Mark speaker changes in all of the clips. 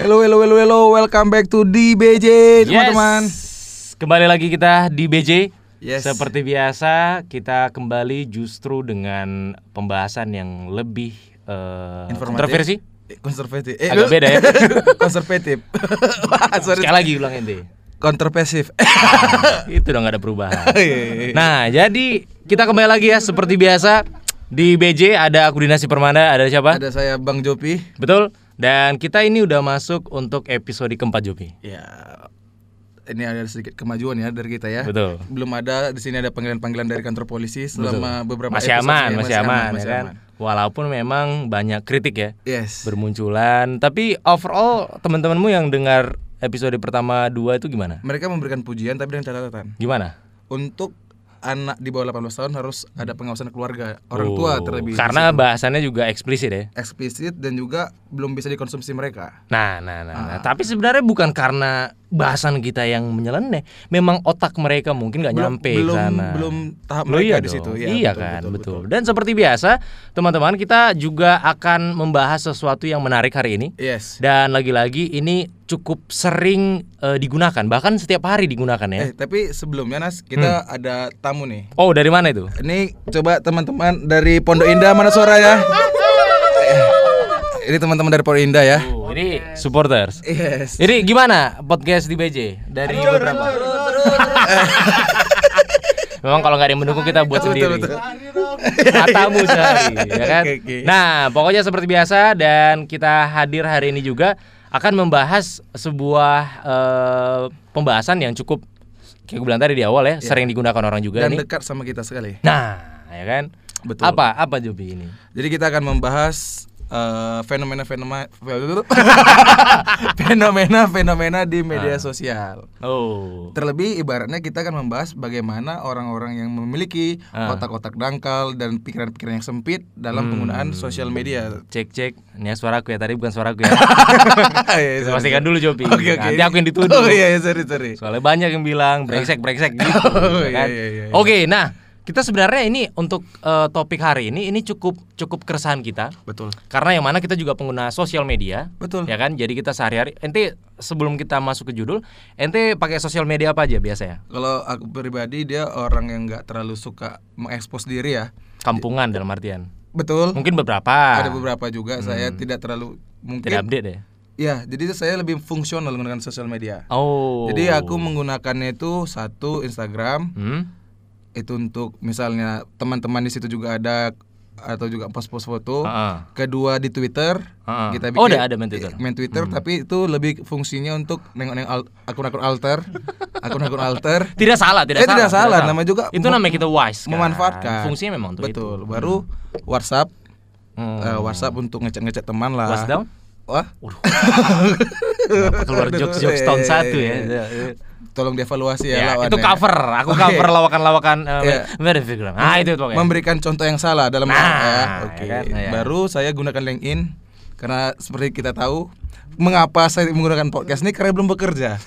Speaker 1: Hello, hello, hello, hello. Welcome back to DBJ, teman-teman.
Speaker 2: Yes. Kembali lagi kita di BJ.
Speaker 1: Yes.
Speaker 2: Seperti biasa, kita kembali justru dengan pembahasan yang lebih eh,
Speaker 1: Informatif.
Speaker 2: kontroversi.
Speaker 1: Eh, Konservatif.
Speaker 2: Agak beda ya.
Speaker 1: Konservatif. Wah, Sorry.
Speaker 2: Sekali lagi ulang ente.
Speaker 1: Kontrapesif.
Speaker 2: Itu udah nggak ada perubahan.
Speaker 1: Iya, iya, iya.
Speaker 2: Nah, jadi kita kembali lagi ya seperti biasa di BJ ada aku Dinasi Permana, ada siapa?
Speaker 1: Ada saya Bang Jopi.
Speaker 2: Betul. Dan kita ini udah masuk untuk episode keempat Jopi.
Speaker 1: Ya ini ada sedikit kemajuan ya dari kita ya.
Speaker 2: Betul.
Speaker 1: Belum ada di sini ada panggilan-panggilan dari kantor polisi selama beberapa
Speaker 2: Masih
Speaker 1: episode
Speaker 2: aman,
Speaker 1: saya.
Speaker 2: masih aman, ya
Speaker 1: masih
Speaker 2: kan?
Speaker 1: aman.
Speaker 2: Walaupun memang banyak kritik ya.
Speaker 1: Yes.
Speaker 2: bermunculan. Tapi overall teman-temanmu yang dengar episode pertama dua itu gimana?
Speaker 1: Mereka memberikan pujian tapi dengan catatan.
Speaker 2: Gimana?
Speaker 1: Untuk anak di bawah 18 tahun harus ada pengawasan keluarga, orang
Speaker 2: Oh,
Speaker 1: tua terlebih
Speaker 2: Karena bahasannya juga eksplisit ya.
Speaker 1: eksplisit dan juga belum bisa dikonsumsi mereka.
Speaker 2: Nah, nah, nah,
Speaker 1: Ah.
Speaker 2: nah. Tapi sebenarnya bukan karena bahasan kita yang menyeleneh. Memang otak mereka mungkin nggak
Speaker 1: belum
Speaker 2: nyampe
Speaker 1: belum,
Speaker 2: ke sana.
Speaker 1: belum tahap
Speaker 2: Loh,
Speaker 1: mereka
Speaker 2: iya
Speaker 1: di
Speaker 2: dong.
Speaker 1: situ. Ya,
Speaker 2: iya
Speaker 1: betul,
Speaker 2: kan,
Speaker 1: betul,
Speaker 2: betul, Dan seperti biasa, teman-teman kita juga akan membahas sesuatu yang menarik hari ini.
Speaker 1: Yes.
Speaker 2: Dan lagi-lagi ini cukup sering eh, digunakan, bahkan setiap hari digunakan
Speaker 1: Eh,
Speaker 2: ya.
Speaker 1: tapi sebelumnya Nas, kita
Speaker 2: Hmm.
Speaker 1: ada tamu nih.
Speaker 2: Oh, dari mana itu?
Speaker 1: Ini coba teman-teman dari Pondok Indah mana suaranya? Eh, Ini teman-teman dari Pondok Indah ya.
Speaker 2: Oh, ini supporters.
Speaker 1: Yes.
Speaker 2: Jadi gimana podcast di BJ dari beberapa? Memang kalau nggak ada yang mendukung kita buat sendiri. Katamu sehari, ya kan?
Speaker 1: Oke, oke.
Speaker 2: Nah, pokoknya seperti biasa dan kita hadir hari ini juga akan membahas sebuah eh, pembahasan yang cukup kayak gue bilang tadi di awal ya, sering digunakan orang juga
Speaker 1: Iya. Dan
Speaker 2: ini.
Speaker 1: dekat sama kita sekali.
Speaker 2: Nah, ya kan?
Speaker 1: Betul.
Speaker 2: Apa apa Jobi ini?
Speaker 1: Jadi kita akan membahas eh, fenomena-fenomena fenomena-fenomena di media
Speaker 2: Ah.
Speaker 1: sosial.
Speaker 2: Oh.
Speaker 1: Terlebih ibaratnya kita akan membahas bagaimana orang-orang yang memiliki
Speaker 2: Ah.
Speaker 1: otak-otak dangkal dan pikiran-pikiran yang sempit dalam
Speaker 2: Hmm.
Speaker 1: penggunaan sosial media.
Speaker 2: Cek cek, ini suaraku ya tadi bukan suaraku ya.
Speaker 1: Iya,
Speaker 2: Kita
Speaker 1: sorry.
Speaker 2: pastikan dulu Jopi.
Speaker 1: Oke, oke.
Speaker 2: Nanti aku yang dituduh.
Speaker 1: Oh iya, iya, sorry, sorry.
Speaker 2: Soalnya banyak yang bilang brengsek brengsek gitu. ya
Speaker 1: iya,
Speaker 2: kan?
Speaker 1: iya, iya.
Speaker 2: Oke, nah kita sebenarnya ini untuk eh, topik hari ini ini cukup cukup keresahan kita
Speaker 1: Betul.
Speaker 2: karena yang mana kita juga pengguna sosial media.
Speaker 1: Betul.
Speaker 2: Ya kan? Jadi kita sehari-hari ente sebelum kita masuk ke judul, ente pakai sosial media apa aja biasanya?
Speaker 1: Kalau aku pribadi dia orang yang nggak terlalu suka mengekspos diri ya.
Speaker 2: Kampungan dalam artian.
Speaker 1: Betul.
Speaker 2: Mungkin beberapa.
Speaker 1: Ada beberapa juga saya tidak terlalu mungkin.
Speaker 2: Ah. Hmm. Tidak update deh.
Speaker 1: Ya, jadi saya lebih fungsional menggunakan sosial media.
Speaker 2: Oh.
Speaker 1: Jadi aku menggunakannya itu satu Instagram
Speaker 2: Hmm?
Speaker 1: itu untuk misalnya teman-teman di situ juga ada atau juga post-post foto.
Speaker 2: Heeh.
Speaker 1: Kedua di Twitter.
Speaker 2: Heeh.
Speaker 1: Kita bikin
Speaker 2: Ah. Oh, ada- ada main Twitter. Hmm.
Speaker 1: main Twitter, tapi itu lebih fungsinya untuk nengok-nengok al- akun-akun alter, akun-akun alter.
Speaker 2: Tidak salah,
Speaker 1: Eh,
Speaker 2: tidak salah.
Speaker 1: tidak salah, namanya juga
Speaker 2: Itu
Speaker 1: mem-
Speaker 2: namanya kita wise kan.
Speaker 1: memanfaatkan.
Speaker 2: Fungsinya memang untuk itu.
Speaker 1: Betul. Baru WhatsApp,
Speaker 2: Hmm.
Speaker 1: eh, WhatsApp untuk ngecek-ngecek teman lah.
Speaker 2: What's down?
Speaker 1: Wah,
Speaker 2: Kenapa keluar
Speaker 1: Iya,
Speaker 2: jokes-jokes tahun satu ya?
Speaker 1: tolong dievaluasi ya,
Speaker 2: Ya,
Speaker 1: lawan
Speaker 2: itu
Speaker 1: ya.
Speaker 2: cover, aku
Speaker 1: Oke.
Speaker 2: cover lawakan-lawakan uh,
Speaker 1: Iya.
Speaker 2: Instagram. Ah itu pokoknya.
Speaker 1: Memberikan contoh yang salah dalam
Speaker 2: Nah,
Speaker 1: ya. Oke.
Speaker 2: ya kan? Nah, ya.
Speaker 1: Baru saya gunakan LinkedIn karena seperti kita tahu mengapa saya menggunakan podcast ini karena belum bekerja.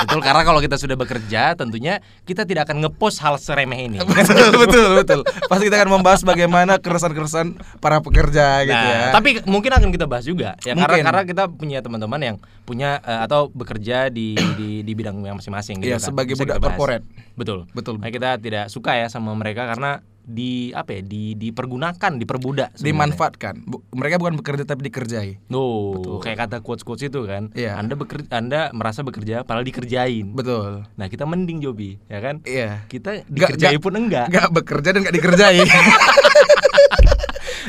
Speaker 2: Betul karena kalau kita sudah bekerja tentunya kita tidak akan ngepost hal seremeh ini.
Speaker 1: betul, betul, betul. Pasti kita akan membahas bagaimana keresan-keresan para pekerja gitu ya.
Speaker 2: Nah, tapi mungkin akan kita bahas juga ya
Speaker 1: Mungkin.
Speaker 2: karena karena kita punya teman-teman yang punya eh, atau bekerja di di di bidang yang masing-masing gitu
Speaker 1: Iya,
Speaker 2: kan.
Speaker 1: sebagai
Speaker 2: Bisa
Speaker 1: budak
Speaker 2: kita bahas.
Speaker 1: corporate.
Speaker 2: Betul.
Speaker 1: Betul.
Speaker 2: Nah, kita tidak suka ya sama mereka karena di apa ya? di dipergunakan, diperbudak sebenarnya.
Speaker 1: dimanfaatkan. Bu- mereka bukan bekerja tapi dikerjai.
Speaker 2: No, kayak kata quotes-quotes itu kan.
Speaker 1: Iya.
Speaker 2: Anda beker, Anda merasa bekerja padahal dikerjain.
Speaker 1: Betul.
Speaker 2: Nah, kita mending Jobi, ya kan?
Speaker 1: Iya. Nggak-
Speaker 2: Kita dikerjai
Speaker 1: nggak-
Speaker 2: pun enggak.
Speaker 1: Nggak bekerja dan nggak dikerjai.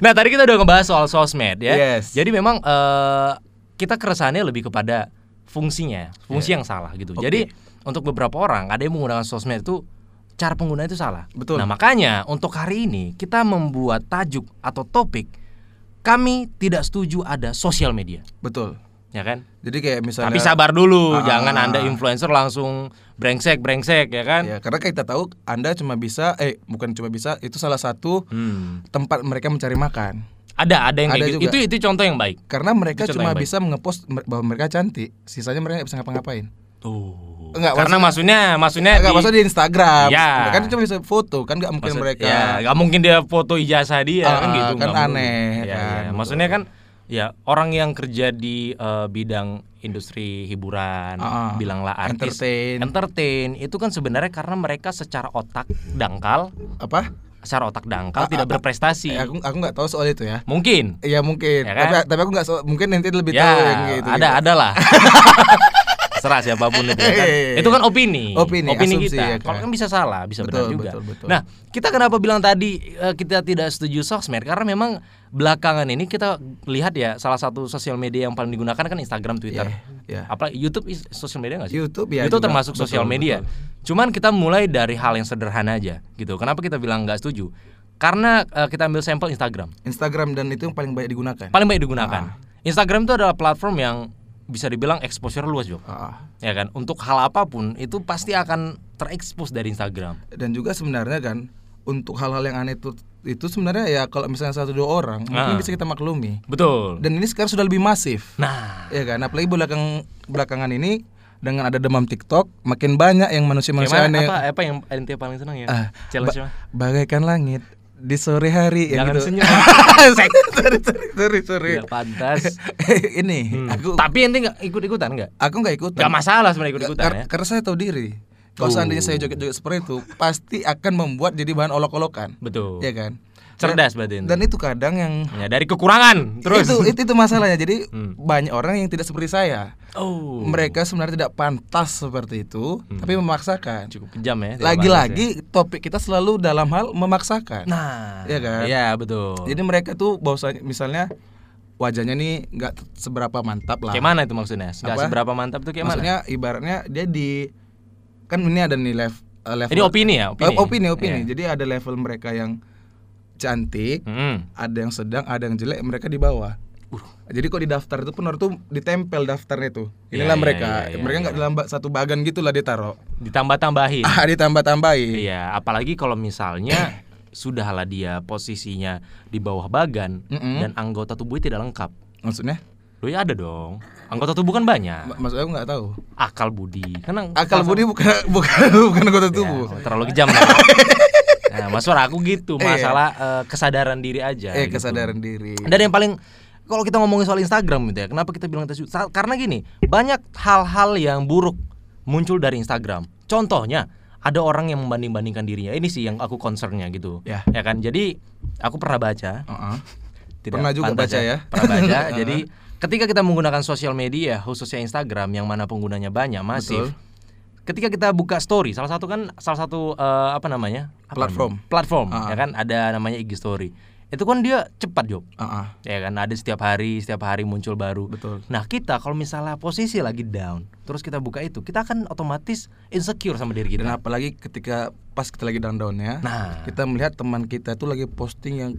Speaker 2: Nah, tadi kita udah ngebahas soal sosmed ya.
Speaker 1: Yes.
Speaker 2: Jadi memang eh, kita keresahannya lebih kepada fungsinya, fungsi yang salah gitu.
Speaker 1: Iya. Oke.
Speaker 2: Jadi untuk beberapa orang ada yang menggunakan sosmed itu cara pengguna itu salah.
Speaker 1: Betul.
Speaker 2: Nah, makanya untuk hari ini kita membuat tajuk atau topik kami tidak setuju ada sosial media,
Speaker 1: Betul.
Speaker 2: ya kan?
Speaker 1: Jadi kayak misalnya
Speaker 2: Tapi sabar dulu,
Speaker 1: Ah.
Speaker 2: jangan Anda influencer langsung brengsek brengsek ya kan?
Speaker 1: Ya, karena kita tahu Anda cuma bisa eh bukan cuma bisa itu salah satu
Speaker 2: Hmm.
Speaker 1: tempat mereka mencari makan.
Speaker 2: Ada, ada yang kayak
Speaker 1: Ada
Speaker 2: gitu.
Speaker 1: juga.
Speaker 2: Itu itu contoh yang baik.
Speaker 1: Karena mereka
Speaker 2: Itu contoh
Speaker 1: cuma
Speaker 2: yang baik.
Speaker 1: bisa mengepost mer- bahwa mereka cantik, sisanya mereka nggak bisa ngapa-ngapain.
Speaker 2: Tuh.
Speaker 1: Enggak,
Speaker 2: Karena maksudnya maksudnya
Speaker 1: Enggak, maksudnya di Instagram.
Speaker 2: Eh, Ya.
Speaker 1: Kan cuma bisa foto, kan nggak mungkin
Speaker 2: maksud-
Speaker 1: mereka.
Speaker 2: ya nggak mungkin dia foto ijazah dia
Speaker 1: Ah,
Speaker 2: kan
Speaker 1: ah,
Speaker 2: gitu
Speaker 1: kan
Speaker 2: nggak mungkin.
Speaker 1: aneh,
Speaker 2: Ya,
Speaker 1: kan,
Speaker 2: ya.
Speaker 1: betul.
Speaker 2: maksudnya kan ya orang yang kerja di eh, bidang industri hiburan
Speaker 1: Ah, ah.
Speaker 2: bilanglah artis
Speaker 1: Entertain.
Speaker 2: entertain itu kan sebenarnya karena mereka secara otak dangkal
Speaker 1: Apa?
Speaker 2: secara otak dangkal
Speaker 1: Ah, ah,
Speaker 2: tidak
Speaker 1: ah.
Speaker 2: berprestasi
Speaker 1: Eh, aku aku nggak tahu soal itu ya.
Speaker 2: mungkin
Speaker 1: Iya mungkin.
Speaker 2: Ya kan?
Speaker 1: Tapi tapi aku nggak so- mungkin nanti lebih
Speaker 2: ya
Speaker 1: tahu yang gitu.
Speaker 2: ada ada lah serah siapapun itu ya kan.
Speaker 1: Hehehe.
Speaker 2: itu kan
Speaker 1: iya,
Speaker 2: opini
Speaker 1: Opini, asumsi,
Speaker 2: kita
Speaker 1: ya kan.
Speaker 2: kalau kan bisa salah bisa
Speaker 1: Betul,
Speaker 2: benar juga
Speaker 1: betul, betul.
Speaker 2: nah kita kenapa bilang tadi eh, kita tidak setuju sosmed karena memang belakangan ini kita lihat ya salah satu sosial media yang paling digunakan kan Instagram Twitter
Speaker 1: Iya, iya.
Speaker 2: apalagi YouTube is sosial media nggak sih
Speaker 1: YouTube ya.
Speaker 2: itu
Speaker 1: juga.
Speaker 2: termasuk
Speaker 1: Betul,
Speaker 2: sosial media. Cuman kita mulai dari hal yang sederhana aja gitu. Kenapa kita bilang nggak setuju? Karena eh, kita ambil sampel Instagram.
Speaker 1: betul. Instagram dan itu yang paling banyak digunakan.
Speaker 2: Paling
Speaker 1: Ah.
Speaker 2: banyak digunakan. Instagram itu adalah platform yang bisa dibilang exposure luas, Jok.
Speaker 1: Ah,
Speaker 2: Ya kan? Untuk hal apapun itu pasti akan terekspos dari Instagram.
Speaker 1: dan juga sebenarnya kan untuk hal-hal yang aneh itu itu sebenarnya ya kalau misalnya satu dua orang mungkin
Speaker 2: Ah.
Speaker 1: bisa kita maklumi.
Speaker 2: Betul.
Speaker 1: Dan ini sekarang sudah lebih masif.
Speaker 2: Nah,
Speaker 1: Ya kan, apalagi belakang belakangan ini dengan ada demam TikTok, makin banyak yang manusia-manusia
Speaker 2: gimana
Speaker 1: aneh.
Speaker 2: apa apa yang ente paling senang ya?
Speaker 1: Ah,
Speaker 2: Challenge
Speaker 1: ba- bagaikan langit di sore hari ya
Speaker 2: Jangan
Speaker 1: gitu.
Speaker 2: senyum.
Speaker 1: sorry, sorry, sorry, sorry.
Speaker 2: Tidak pantas.
Speaker 1: ini
Speaker 2: Hmm.
Speaker 1: aku
Speaker 2: Tapi ente nggak ikut-ikutan nggak?
Speaker 1: aku nggak ikut.
Speaker 2: Nggak masalah sebenarnya ikut-ikutan ya.
Speaker 1: Karena saya tahu diri. Kalau
Speaker 2: Oh.
Speaker 1: seandainya saya joget-joget seperti itu, pasti akan membuat jadi bahan olok-olokan.
Speaker 2: Betul.
Speaker 1: Ya kan?
Speaker 2: Cerdas berarti
Speaker 1: Dan,
Speaker 2: ente.
Speaker 1: dan itu kadang yang
Speaker 2: Ya, dari kekurangan terus.
Speaker 1: itu, itu itu masalahnya. Jadi
Speaker 2: Hmm.
Speaker 1: banyak orang yang tidak seperti saya.
Speaker 2: Oh.
Speaker 1: Mereka sebenarnya tidak pantas seperti itu,
Speaker 2: Hmm.
Speaker 1: tapi memaksakan.
Speaker 2: cukup kejam ya. tidak pantas
Speaker 1: Lagi-lagi topik kita selalu dalam hal memaksakan.
Speaker 2: ya. Nah.
Speaker 1: Iya kan?
Speaker 2: Iya, betul.
Speaker 1: Jadi mereka tuh bahwasanya misalnya wajahnya nih nggak t- seberapa mantap lah.
Speaker 2: kayak mana itu maksudnya? Enggak
Speaker 1: Ya. Apa?
Speaker 2: seberapa mantap tuh kayak mana?
Speaker 1: Maksudnya ibaratnya dia di kan ini ada nih level level
Speaker 2: Ini opini ya, opini.
Speaker 1: Eh, opini, opini. Jadi ada level mereka yang cantik,
Speaker 2: Mm.
Speaker 1: ada yang sedang, ada yang jelek, mereka di bawah.
Speaker 2: Uh.
Speaker 1: Jadi kok di daftar itu penor tuh ditempel daftarnya tuh.
Speaker 2: Iya,
Speaker 1: Inilah
Speaker 2: iya,
Speaker 1: mereka.
Speaker 2: iya, iya, Iya.
Speaker 1: mereka nggak dalam ba- satu bagan gitulah ditaruh.
Speaker 2: Ditambah-tambahin.
Speaker 1: Ah, ditambah-tambahin.
Speaker 2: Iya, apalagi kalau misalnya sudahlah dia posisinya di bawah bagan
Speaker 1: Mm-mm.
Speaker 2: dan anggota tubuhnya tidak lengkap.
Speaker 1: Maksudnya?
Speaker 2: Doi ada dong. Anggota tubuh kan banyak.
Speaker 1: Ma- Maksudnya aku nggak tahu.
Speaker 2: Akal budi. Kan
Speaker 1: Akal budi bukan bukan bukan anggota tubuh.
Speaker 2: Ya, terlalu kejam. Nah, nah maksud aku gitu,
Speaker 1: Iya.
Speaker 2: masalah eh, kesadaran diri aja.
Speaker 1: eh
Speaker 2: gitu.
Speaker 1: kesadaran diri.
Speaker 2: Dan yang paling kalau kita ngomongin soal Instagram gitu ya, kenapa kita bilang tersu- sa- Karena gini, banyak hal-hal yang buruk muncul dari Instagram. Contohnya, ada orang yang membanding-bandingkan dirinya. Ini sih yang aku concernnya gitu.
Speaker 1: Ya.
Speaker 2: kan? Jadi, aku pernah baca.
Speaker 1: Heeh.
Speaker 2: Tidak
Speaker 1: Pernah juga
Speaker 2: pantas
Speaker 1: baca ya.
Speaker 2: Pernah baca. jadi, ketika kita menggunakan sosial media, khususnya Instagram yang mana penggunanya banyak, masif.
Speaker 1: Betul.
Speaker 2: Ketika kita buka story, salah satu kan salah satu eh, apa namanya? Apa
Speaker 1: Platform.
Speaker 2: namanya? Platform,
Speaker 1: Ah.
Speaker 2: ya kan ada namanya IG story. Itu kan dia cepat, Job
Speaker 1: Heeh.
Speaker 2: ya kan ada setiap hari setiap hari muncul baru
Speaker 1: Betul.
Speaker 2: nah kita kalau misalnya posisi lagi down terus kita buka itu kita akan otomatis insecure sama diri
Speaker 1: Dan
Speaker 2: kita
Speaker 1: apalagi ketika pas kita lagi down downnya,
Speaker 2: nah
Speaker 1: kita melihat teman kita tuh lagi posting yang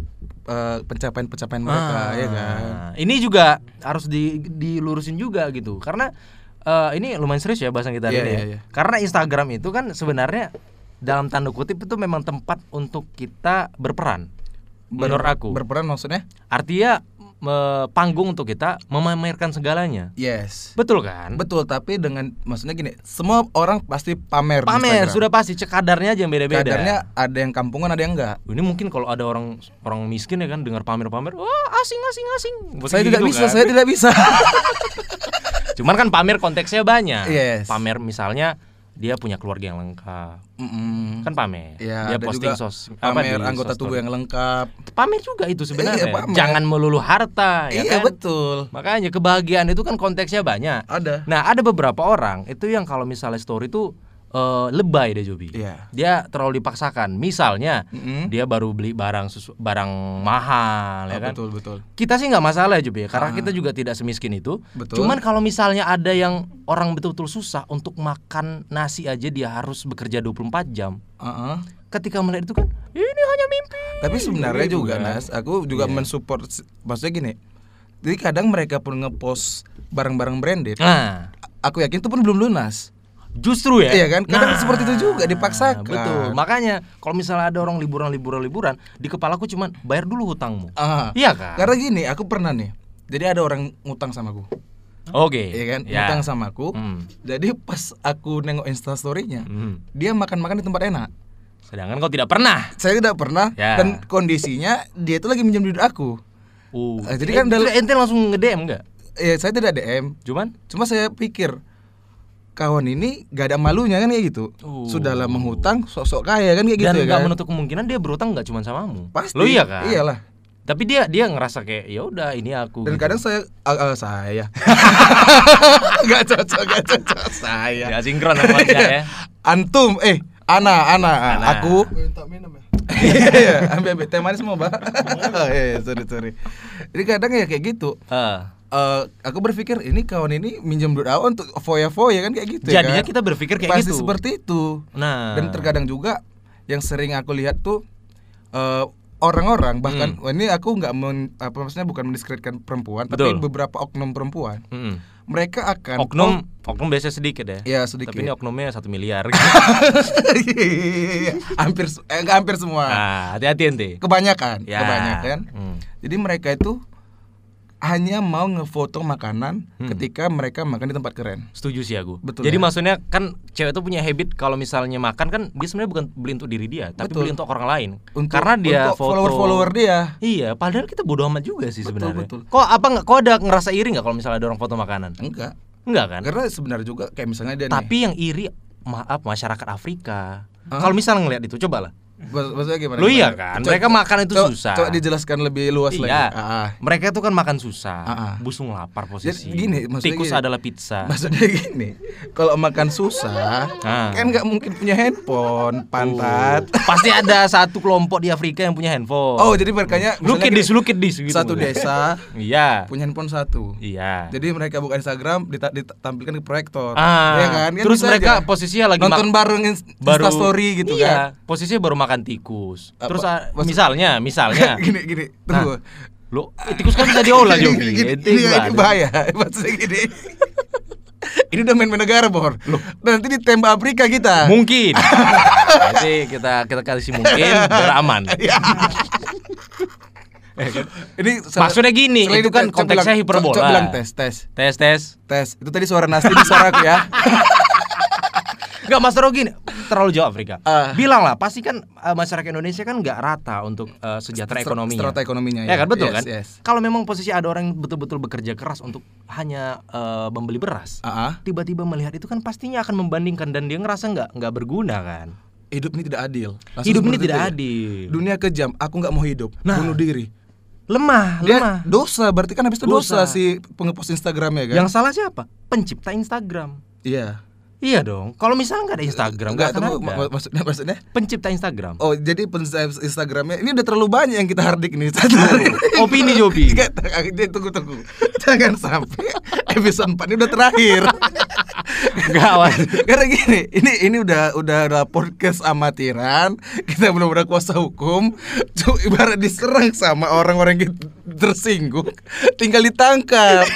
Speaker 1: eh, pencapaian-pencapaian mereka,
Speaker 2: ah,
Speaker 1: ya kan?
Speaker 2: ini juga harus di- dilurusin juga gitu karena eh, ini lumayan serius ya bahasan kita hari
Speaker 1: Iya,
Speaker 2: ini
Speaker 1: iya,
Speaker 2: ya.
Speaker 1: iya.
Speaker 2: karena Instagram itu kan sebenarnya dalam tanda kutip itu memang tempat untuk kita berperan
Speaker 1: Iya. Ber-
Speaker 2: menurut aku
Speaker 1: Berperan maksudnya?
Speaker 2: artinya me- panggung untuk kita memamerkan segalanya
Speaker 1: Yes.
Speaker 2: betul kan
Speaker 1: Betul, tapi dengan maksudnya gini, semua orang pasti pamer. di
Speaker 2: pamer
Speaker 1: Instagram.
Speaker 2: sudah pasti cek kadarnya aja yang beda-beda.
Speaker 1: Kadarnya ada yang kampungan, ada yang enggak.
Speaker 2: Ini mungkin kalau ada orang orang miskin ya kan dengar pamer-pamer, wah asing asing asing. Pasti
Speaker 1: Saya
Speaker 2: gitu
Speaker 1: tidak bisa,
Speaker 2: kan.
Speaker 1: saya tidak bisa.
Speaker 2: Cuman kan pamer konteksnya banyak.
Speaker 1: Yes.
Speaker 2: Pamer misalnya dia punya keluarga yang lengkap,
Speaker 1: Mm-mm.
Speaker 2: kan pamer.
Speaker 1: Ya,
Speaker 2: dia
Speaker 1: ada
Speaker 2: posting
Speaker 1: juga
Speaker 2: sos apa
Speaker 1: pamer
Speaker 2: di
Speaker 1: anggota
Speaker 2: sos-
Speaker 1: tubuh yang lengkap.
Speaker 2: Pamer juga itu
Speaker 1: Iya,
Speaker 2: sebenarnya.
Speaker 1: pamer.
Speaker 2: Jangan melulu harta ya
Speaker 1: iya,
Speaker 2: kan?
Speaker 1: betul.
Speaker 2: Makanya kebahagiaan itu kan konteksnya banyak.
Speaker 1: Ada.
Speaker 2: Nah, ada beberapa orang itu yang kalau misalnya story itu eh, lebay deh Jobi.
Speaker 1: Iya.
Speaker 2: Dia terlalu dipaksakan. Misalnya
Speaker 1: Mm-mm.
Speaker 2: dia baru beli barang sesu- barang mahal
Speaker 1: Ah,
Speaker 2: ya kan.
Speaker 1: Betul, betul.
Speaker 2: Kita sih nggak masalah ya Jobi ya, karena kita juga tidak semiskin itu.
Speaker 1: Ah. Betul.
Speaker 2: Cuman kalau misalnya ada yang orang betul-betul susah untuk makan nasi aja dia harus bekerja 24 jam.
Speaker 1: Heeh.
Speaker 2: Ketika melihat itu kan ini hanya mimpi.
Speaker 1: Tapi sebenarnya
Speaker 2: Gitu
Speaker 1: juga
Speaker 2: kan.
Speaker 1: Nas, aku juga mensupport maksudnya gini. Jadi kadang mereka pun ngepost barang-barang branded.
Speaker 2: Nah,
Speaker 1: Aku yakin itu pun belum lunas.
Speaker 2: Justru ya.
Speaker 1: Iya kan? Kadang seperti itu juga, dipaksakan.
Speaker 2: Betul. Makanya kalau misalnya ada orang liburan liburan liburan di kepalaku cuman bayar dulu hutangmu.
Speaker 1: Ah.
Speaker 2: Iya kan?
Speaker 1: Karena gini, aku pernah nih. Jadi ada orang ngutang sama aku.
Speaker 2: Oke.
Speaker 1: Iya kan?
Speaker 2: Ya.
Speaker 1: Ngutang sama aku.
Speaker 2: Hmm.
Speaker 1: Jadi pas aku nengok Insta nya
Speaker 2: Hmm.
Speaker 1: dia makan-makan di tempat enak.
Speaker 2: Sedangkan kau tidak pernah.
Speaker 1: Saya tidak pernah
Speaker 2: Ya.
Speaker 1: dan kondisinya dia itu lagi minjam duit aku.
Speaker 2: Uh.
Speaker 1: Eh, jadi kan
Speaker 2: eh,
Speaker 1: dalam-
Speaker 2: terus ente langsung nge-DM enggak?
Speaker 1: Ya, saya tidak DM,
Speaker 2: Cuman
Speaker 1: Cuma saya pikir kawan ini gak ada malunya kan kayak gitu.
Speaker 2: Oh.
Speaker 1: Sudahlah menghutang sosok kaya kan kayak
Speaker 2: dan
Speaker 1: gitu ya
Speaker 2: nggak
Speaker 1: kan.
Speaker 2: menutup kemungkinan dia berutang nggak cuman samamu.
Speaker 1: Pasti.
Speaker 2: Lo iya kan?
Speaker 1: Iyalah.
Speaker 2: Tapi dia dia ngerasa kayak ya udah ini aku.
Speaker 1: Dan
Speaker 2: gitu.
Speaker 1: kadang saya ah, ah, saya nggak cocok, gak cocok saya.
Speaker 2: Nggak sinkron sama
Speaker 1: Iya.
Speaker 2: dia ya.
Speaker 1: Antum eh Ana, Ana, ah,
Speaker 2: Ana.
Speaker 1: aku
Speaker 3: minta minum ya
Speaker 1: Iya, ambil ambil teh manis mau, Mbak. Oh, iya, iya, sorry, sorry. Jadi kadang ya kayak gitu.
Speaker 2: Eh,
Speaker 1: Eh, aku berpikir ini kawan ini minjem duit awal untuk foya-foya kan kayak gitu ya
Speaker 2: Jadinya
Speaker 1: kan?
Speaker 2: kita berpikir kayak
Speaker 1: Pasti
Speaker 2: gitu.
Speaker 1: seperti itu.
Speaker 2: Nah.
Speaker 1: dan terkadang juga yang sering aku lihat tuh eh, orang-orang bahkan
Speaker 2: Hmm.
Speaker 1: wah, ini aku nggak men- apa maksudnya bukan mendiskreditkan perempuan tapi
Speaker 2: Betul.
Speaker 1: beberapa oknum perempuan
Speaker 2: Mm-mm.
Speaker 1: mereka akan
Speaker 2: Oknum, oknum biasanya sedikit ya.
Speaker 1: ya kan sedikit Iya,
Speaker 2: Tapi ini oknumnya satu miliar.
Speaker 1: hampir se- eh, nggak hampir semua
Speaker 2: nah, hati-hati ente.
Speaker 1: kebanyakan
Speaker 2: Ya.
Speaker 1: kebanyakan
Speaker 2: Hmm.
Speaker 1: jadi mereka itu hanya mau ngefoto makanan
Speaker 2: Hmm.
Speaker 1: ketika mereka makan di tempat keren
Speaker 2: Setuju sih aku.
Speaker 1: Betul
Speaker 2: Jadi
Speaker 1: ya.
Speaker 2: maksudnya kan cewek itu punya habit kalau misalnya makan kan dia sebenarnya bukan beli untuk diri dia, tapi
Speaker 1: Betul.
Speaker 2: beli untuk orang lain.
Speaker 1: untuk
Speaker 2: Karena dia
Speaker 1: untuk
Speaker 2: foto-
Speaker 1: follower-follower dia
Speaker 2: Iya, padahal kita bodoh amat juga sih
Speaker 1: Betul,
Speaker 2: sebenarnya.
Speaker 1: betul.
Speaker 2: Kok apa nggak? Kok ada ngerasa iri nggak kalau misalnya ada orang foto makanan?
Speaker 1: enggak
Speaker 2: Enggak kan?
Speaker 1: karena sebenarnya juga kayak misalnya dia nih,
Speaker 2: Tapi yang iri maaf masyarakat Afrika. Kalau misalnya ngelihat itu coba lah.
Speaker 1: Maksud- maksudnya gimana?
Speaker 2: Lu iya
Speaker 1: Gimana?
Speaker 2: kan?
Speaker 1: Coba-
Speaker 2: Mereka makan itu
Speaker 1: coba-
Speaker 2: susah.
Speaker 1: Coba dijelaskan lebih luas lagi.
Speaker 2: Iya.
Speaker 1: Ah, ah.
Speaker 2: Mereka tuh kan
Speaker 1: Ah,
Speaker 2: makan
Speaker 1: ah.
Speaker 2: susah, busung lapar
Speaker 1: Jadi
Speaker 2: posisi.
Speaker 1: gini, maksudnya
Speaker 2: Tikus
Speaker 1: gini.
Speaker 2: adalah pizza.
Speaker 1: Maksudnya gini, kalau makan susah,
Speaker 2: Ah.
Speaker 1: kan nggak mungkin punya handphone, pantat.
Speaker 2: Pasti ada satu kelompok di Afrika yang punya handphone.
Speaker 1: Oh, jadi makanya misalnya
Speaker 2: lukit dis,
Speaker 1: gini,
Speaker 2: lukit dis gitu.
Speaker 1: satu
Speaker 2: maksudnya.
Speaker 1: desa
Speaker 2: Iya.
Speaker 1: punya handphone satu.
Speaker 2: Iya.
Speaker 1: Jadi mereka buka Instagram dita- ditampilkan ke proyektor.
Speaker 2: Ah,
Speaker 1: Ya kan? Kan
Speaker 2: terus
Speaker 1: bisa
Speaker 2: mereka
Speaker 1: aja.
Speaker 2: posisinya lagi
Speaker 1: nonton
Speaker 2: mak-
Speaker 1: bareng ins- Insta story gitu kan.
Speaker 2: iya, posisinya baru makan tikus.
Speaker 1: Apa-
Speaker 2: Terus ah,
Speaker 1: maksud-
Speaker 2: misalnya, misalnya
Speaker 1: gini gini. Tunggu.
Speaker 2: lo tikus kan bisa Iya. Ah. diolah Jogi.
Speaker 1: Gini,
Speaker 2: Ente
Speaker 1: ini, ini
Speaker 2: gimana?
Speaker 1: bahaya. Maksudnya gini. ini udah main-main negara, Bor. Nanti ditembak Afrika kita.
Speaker 2: Mungkin. Nanti kita kita kasih mungkin biar aman.
Speaker 1: Iya. ini
Speaker 2: Ya kan? Maksudnya gini,
Speaker 1: selain
Speaker 2: itu kan
Speaker 1: tes, coba
Speaker 2: konteksnya Ah.
Speaker 1: bilang-
Speaker 2: hiperbola.
Speaker 1: coba- Coba bilang tes, tes.
Speaker 2: Tes tes.
Speaker 1: Tes. Itu tadi suara Nasti di suara aku ya.
Speaker 2: Enggak Mas Rogi nih, terlalu jauh Afrika.
Speaker 1: Ah.
Speaker 2: Bilang lah, pasti kan eh, masyarakat Indonesia kan nggak rata untuk eh, sejahtera
Speaker 1: Strat-
Speaker 2: ekonominya.
Speaker 1: strata ekonominya,
Speaker 2: Ya
Speaker 1: iya.
Speaker 2: kan betul
Speaker 1: Yes,
Speaker 2: kan?
Speaker 1: yes.
Speaker 2: Kalau memang posisi ada orang yang betul-betul bekerja keras untuk hanya eh, membeli beras,
Speaker 1: Ah, ah.
Speaker 2: tiba-tiba melihat itu kan pastinya akan membandingkan dan dia ngerasa nggak nggak berguna kan.
Speaker 1: Hidup ini tidak adil. Langsung
Speaker 2: Hidup ini
Speaker 1: seperti
Speaker 2: tidak
Speaker 1: itu ya.
Speaker 2: adil.
Speaker 1: Dunia kejam, aku nggak mau hidup.
Speaker 2: Nah.
Speaker 1: Bunuh diri.
Speaker 2: Lemah,
Speaker 1: Dia
Speaker 2: lemah.
Speaker 1: dosa, berarti kan habis itu dosa,
Speaker 2: Dosa.
Speaker 1: si pengepost Instagramnya kan?
Speaker 2: Yang salah siapa? Pencipta Instagram.
Speaker 1: iya.
Speaker 2: Iya dong. Kalau misalnya nggak ada Instagram, nggak akan
Speaker 1: tunggu,
Speaker 2: ada.
Speaker 1: mak- maksudnya maksudnya
Speaker 2: Pencipta Instagram.
Speaker 1: Oh, jadi pens- Instagramnya ini udah terlalu banyak yang kita hardik nih. satu hari ini.
Speaker 2: Opini Jobi.
Speaker 1: Enggak, jadi tunggu tunggu. Jangan sampai episode 4 ini udah terakhir.
Speaker 2: Enggak, Mas.
Speaker 1: Karena gini, ini ini udah udah udah podcast amatiran, kita belum ada kuasa hukum, cu- ibarat diserang sama orang-orang yang tersinggung, tinggal ditangkap.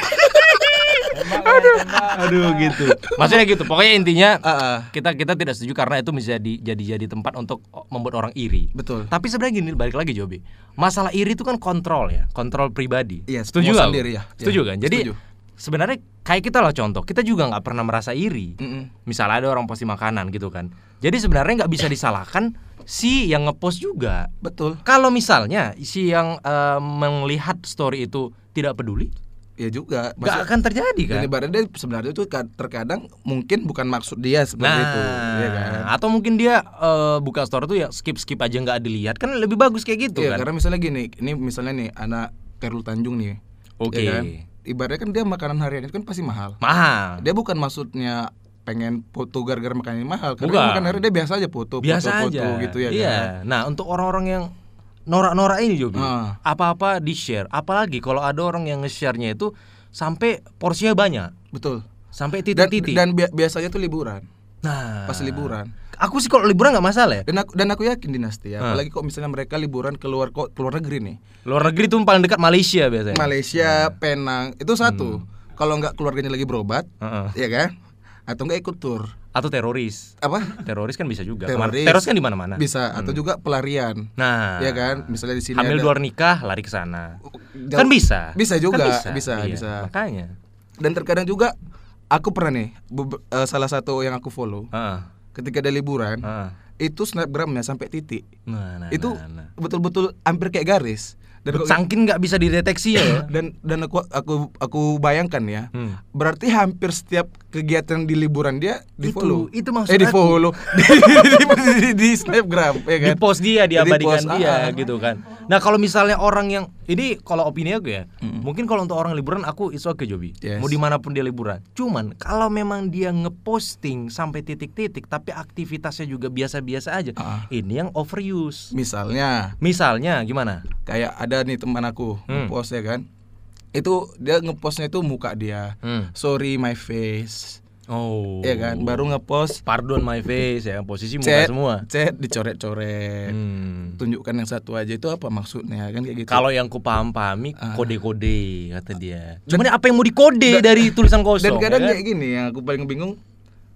Speaker 2: Aduh gitu. Maksudnya gitu. Pokoknya intinya
Speaker 1: Heeh.
Speaker 2: kita kita tidak setuju karena itu menjadi jadi jadi tempat untuk oh, membuat orang iri.
Speaker 1: Betul.
Speaker 2: Tapi sebenarnya gini balik lagi Jobi. Masalah iri itu kan kontrol ya, kontrol pribadi.
Speaker 1: Iya,
Speaker 2: setuju
Speaker 1: mau
Speaker 2: nggak?
Speaker 1: sendiri ya.
Speaker 2: Setuju
Speaker 1: Iya,
Speaker 2: kan? Jadi
Speaker 1: setuju.
Speaker 2: sebenarnya kayak kita lah contoh, kita juga nggak pernah merasa iri.
Speaker 1: Mm-mm.
Speaker 2: Misalnya ada orang posting makanan gitu kan. Jadi sebenarnya nggak bisa disalahkan si yang ngepost juga.
Speaker 1: Betul.
Speaker 2: Kalau misalnya si yang eh, melihat story itu tidak peduli,
Speaker 1: Ya juga.
Speaker 2: nggak akan terjadi kan?
Speaker 1: Dan ibaratnya dia sebenarnya itu ka- terkadang mungkin bukan maksud dia seperti
Speaker 2: Nah,
Speaker 1: itu, ya kan?
Speaker 2: atau mungkin dia eh, buka store tuh ya skip skip aja nggak dilihat kan lebih bagus kayak gitu
Speaker 1: Iya,
Speaker 2: kan?
Speaker 1: karena misalnya gini, ini misalnya nih anak Khairul Tanjung nih.
Speaker 2: Oke.
Speaker 1: ya kan? Ibaratnya kan dia makanan harian itu kan pasti mahal.
Speaker 2: Mahal.
Speaker 1: Dia bukan maksudnya pengen foto gara-gara makanan ini mahal, karena
Speaker 2: Bukan.
Speaker 1: makan harian dia biasa aja foto,
Speaker 2: Biasa
Speaker 1: foto,
Speaker 2: aja.
Speaker 1: foto gitu ya
Speaker 2: Iya.
Speaker 1: kan.
Speaker 2: Nah untuk orang-orang yang norak-norak ini Jobi,
Speaker 1: Ah.
Speaker 2: apa-apa di share. Apalagi kalau ada orang yang nge-share-nya itu sampai porsinya banyak,
Speaker 1: Betul.
Speaker 2: sampai
Speaker 1: Dan,
Speaker 2: titik-titik.
Speaker 1: dan bi- biasanya tuh liburan,
Speaker 2: nah,
Speaker 1: pas liburan.
Speaker 2: aku sih kalau liburan nggak masalah. ya.
Speaker 1: Dan aku dan aku yakin dinasti ya,
Speaker 2: Ah.
Speaker 1: apalagi kok misalnya mereka liburan keluar ko- keluar negeri nih.
Speaker 2: Luar negeri tuh paling dekat Malaysia biasanya. Hmm. Ah.
Speaker 1: Malaysia, Penang, itu satu. Kalau nggak keluarganya lagi berobat,
Speaker 2: Heeh.
Speaker 1: ya kan? atau enggak ikut tour
Speaker 2: atau teroris.
Speaker 1: apa
Speaker 2: Teroris kan bisa juga. Kemana-
Speaker 1: Teroris.
Speaker 2: Teroris kan di mana-mana.
Speaker 1: bisa atau juga pelarian
Speaker 2: Nah,
Speaker 1: ya kan misalnya di sini
Speaker 2: hamil
Speaker 1: ada-
Speaker 2: luar nikah lari ke sana.
Speaker 1: Jauh-
Speaker 2: Kan bisa.
Speaker 1: bisa
Speaker 2: Kan
Speaker 1: juga bisa bisa,
Speaker 2: Iya, Makanya.
Speaker 1: dan terkadang juga aku pernah nih bebe- eh, salah satu yang aku follow
Speaker 2: Heeh.
Speaker 1: ketika ada liburan
Speaker 2: heeh.
Speaker 1: itu snapgramnya sampai titik
Speaker 2: Nah, nah,
Speaker 1: itu
Speaker 2: nah, nah.
Speaker 1: betul-betul hampir kayak garis dan kok-
Speaker 2: Saking nggak bisa dideteksi ya.
Speaker 1: dan dan aku aku aku bayangkan ya
Speaker 2: Hmm.
Speaker 1: berarti hampir setiap kegiatan di liburan dia di
Speaker 2: Itu-
Speaker 1: follow
Speaker 2: itu maksud
Speaker 1: eh di
Speaker 2: aku.
Speaker 1: follow di, di, di- di- di snapgram ya
Speaker 2: di
Speaker 1: kan
Speaker 2: post dia diabadikan
Speaker 1: Di-post,
Speaker 2: dia
Speaker 1: ah, ah.
Speaker 2: gitu kan nah kalau misalnya orang yang ini kalau opini aku ya mungkin kalau untuk orang liburan aku itu oke Jobi
Speaker 1: Yes.
Speaker 2: mau dimanapun dia liburan cuman kalau memang dia ngeposting sampai titik-titik tapi aktivitasnya juga biasa-biasa aja
Speaker 1: Ah.
Speaker 2: ini yang overuse
Speaker 1: misalnya
Speaker 2: misalnya gimana
Speaker 1: kayak ada nih teman aku
Speaker 2: Hmm.
Speaker 1: ngepost ya kan itu dia ngepostnya itu muka dia
Speaker 2: Hmm.
Speaker 1: sorry my face
Speaker 2: oh
Speaker 1: ya kan baru ngepost
Speaker 2: pardon my face ya posisi muka
Speaker 1: chat
Speaker 2: semua
Speaker 1: chat dicoret-coret
Speaker 2: Hmm.
Speaker 1: tunjukkan yang satu aja itu apa maksudnya kan kayak gitu
Speaker 2: Kalau yang ku paham-pahami kode-kode kata dia. Cuman apa yang mau dikode dari
Speaker 1: Ah.
Speaker 2: tulisan
Speaker 1: dan
Speaker 2: kosong? ya
Speaker 1: kadang
Speaker 2: kan?
Speaker 1: kayak gini yang aku paling bingung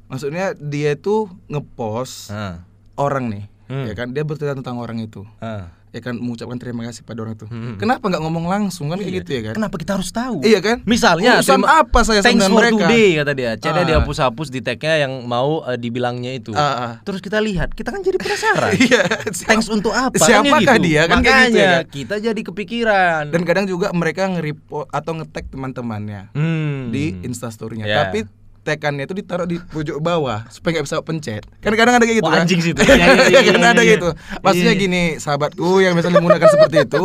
Speaker 1: maksudnya dia itu ngepost
Speaker 2: Ah,
Speaker 1: orang nih
Speaker 2: Hmm.
Speaker 1: ya kan dia bercerita tentang orang itu
Speaker 2: ah.
Speaker 1: ya kan mengucapkan terima kasih pada orang itu
Speaker 2: Hmm. Iya.
Speaker 1: kenapa nggak ngomong langsung kan kayak gitu ya kan
Speaker 2: Ah. Kenapa kita harus tahu?
Speaker 1: Iya kan?
Speaker 2: Misalnya
Speaker 1: Urusan
Speaker 2: terima-
Speaker 1: apa saya sama
Speaker 2: Thanks
Speaker 1: dengan
Speaker 2: for
Speaker 1: mereka?
Speaker 2: today kata dia. Chatnya
Speaker 1: Ah.
Speaker 2: dihapus-hapus di tagnya yang mau eh, dibilangnya itu.
Speaker 1: Ah, ah.
Speaker 2: Terus kita lihat, kita kan jadi penasaran.
Speaker 1: iya
Speaker 2: Thanks untuk apa? Kan
Speaker 1: siapakah
Speaker 2: gitu.
Speaker 1: dia kan
Speaker 2: Makanya
Speaker 1: kayak gitu ya kan?
Speaker 2: kita jadi kepikiran.
Speaker 1: dan kadang juga mereka nge-report atau nge-tag teman-temannya
Speaker 2: Hmm.
Speaker 1: di instastorynya
Speaker 2: Ya.
Speaker 1: tapi tekannya itu ditaruh di pojok bawah supaya nggak bisa pencet kan kadang ada kayak gitu
Speaker 2: Wah,
Speaker 1: kan
Speaker 2: anjing sih itu.
Speaker 1: Iya,
Speaker 2: Iya, iya, iya,
Speaker 1: kan
Speaker 2: iya,
Speaker 1: ada
Speaker 2: iya.
Speaker 1: gitu maksudnya
Speaker 2: Iya, iya.
Speaker 1: gini sahabatku yang misalnya menggunakan seperti itu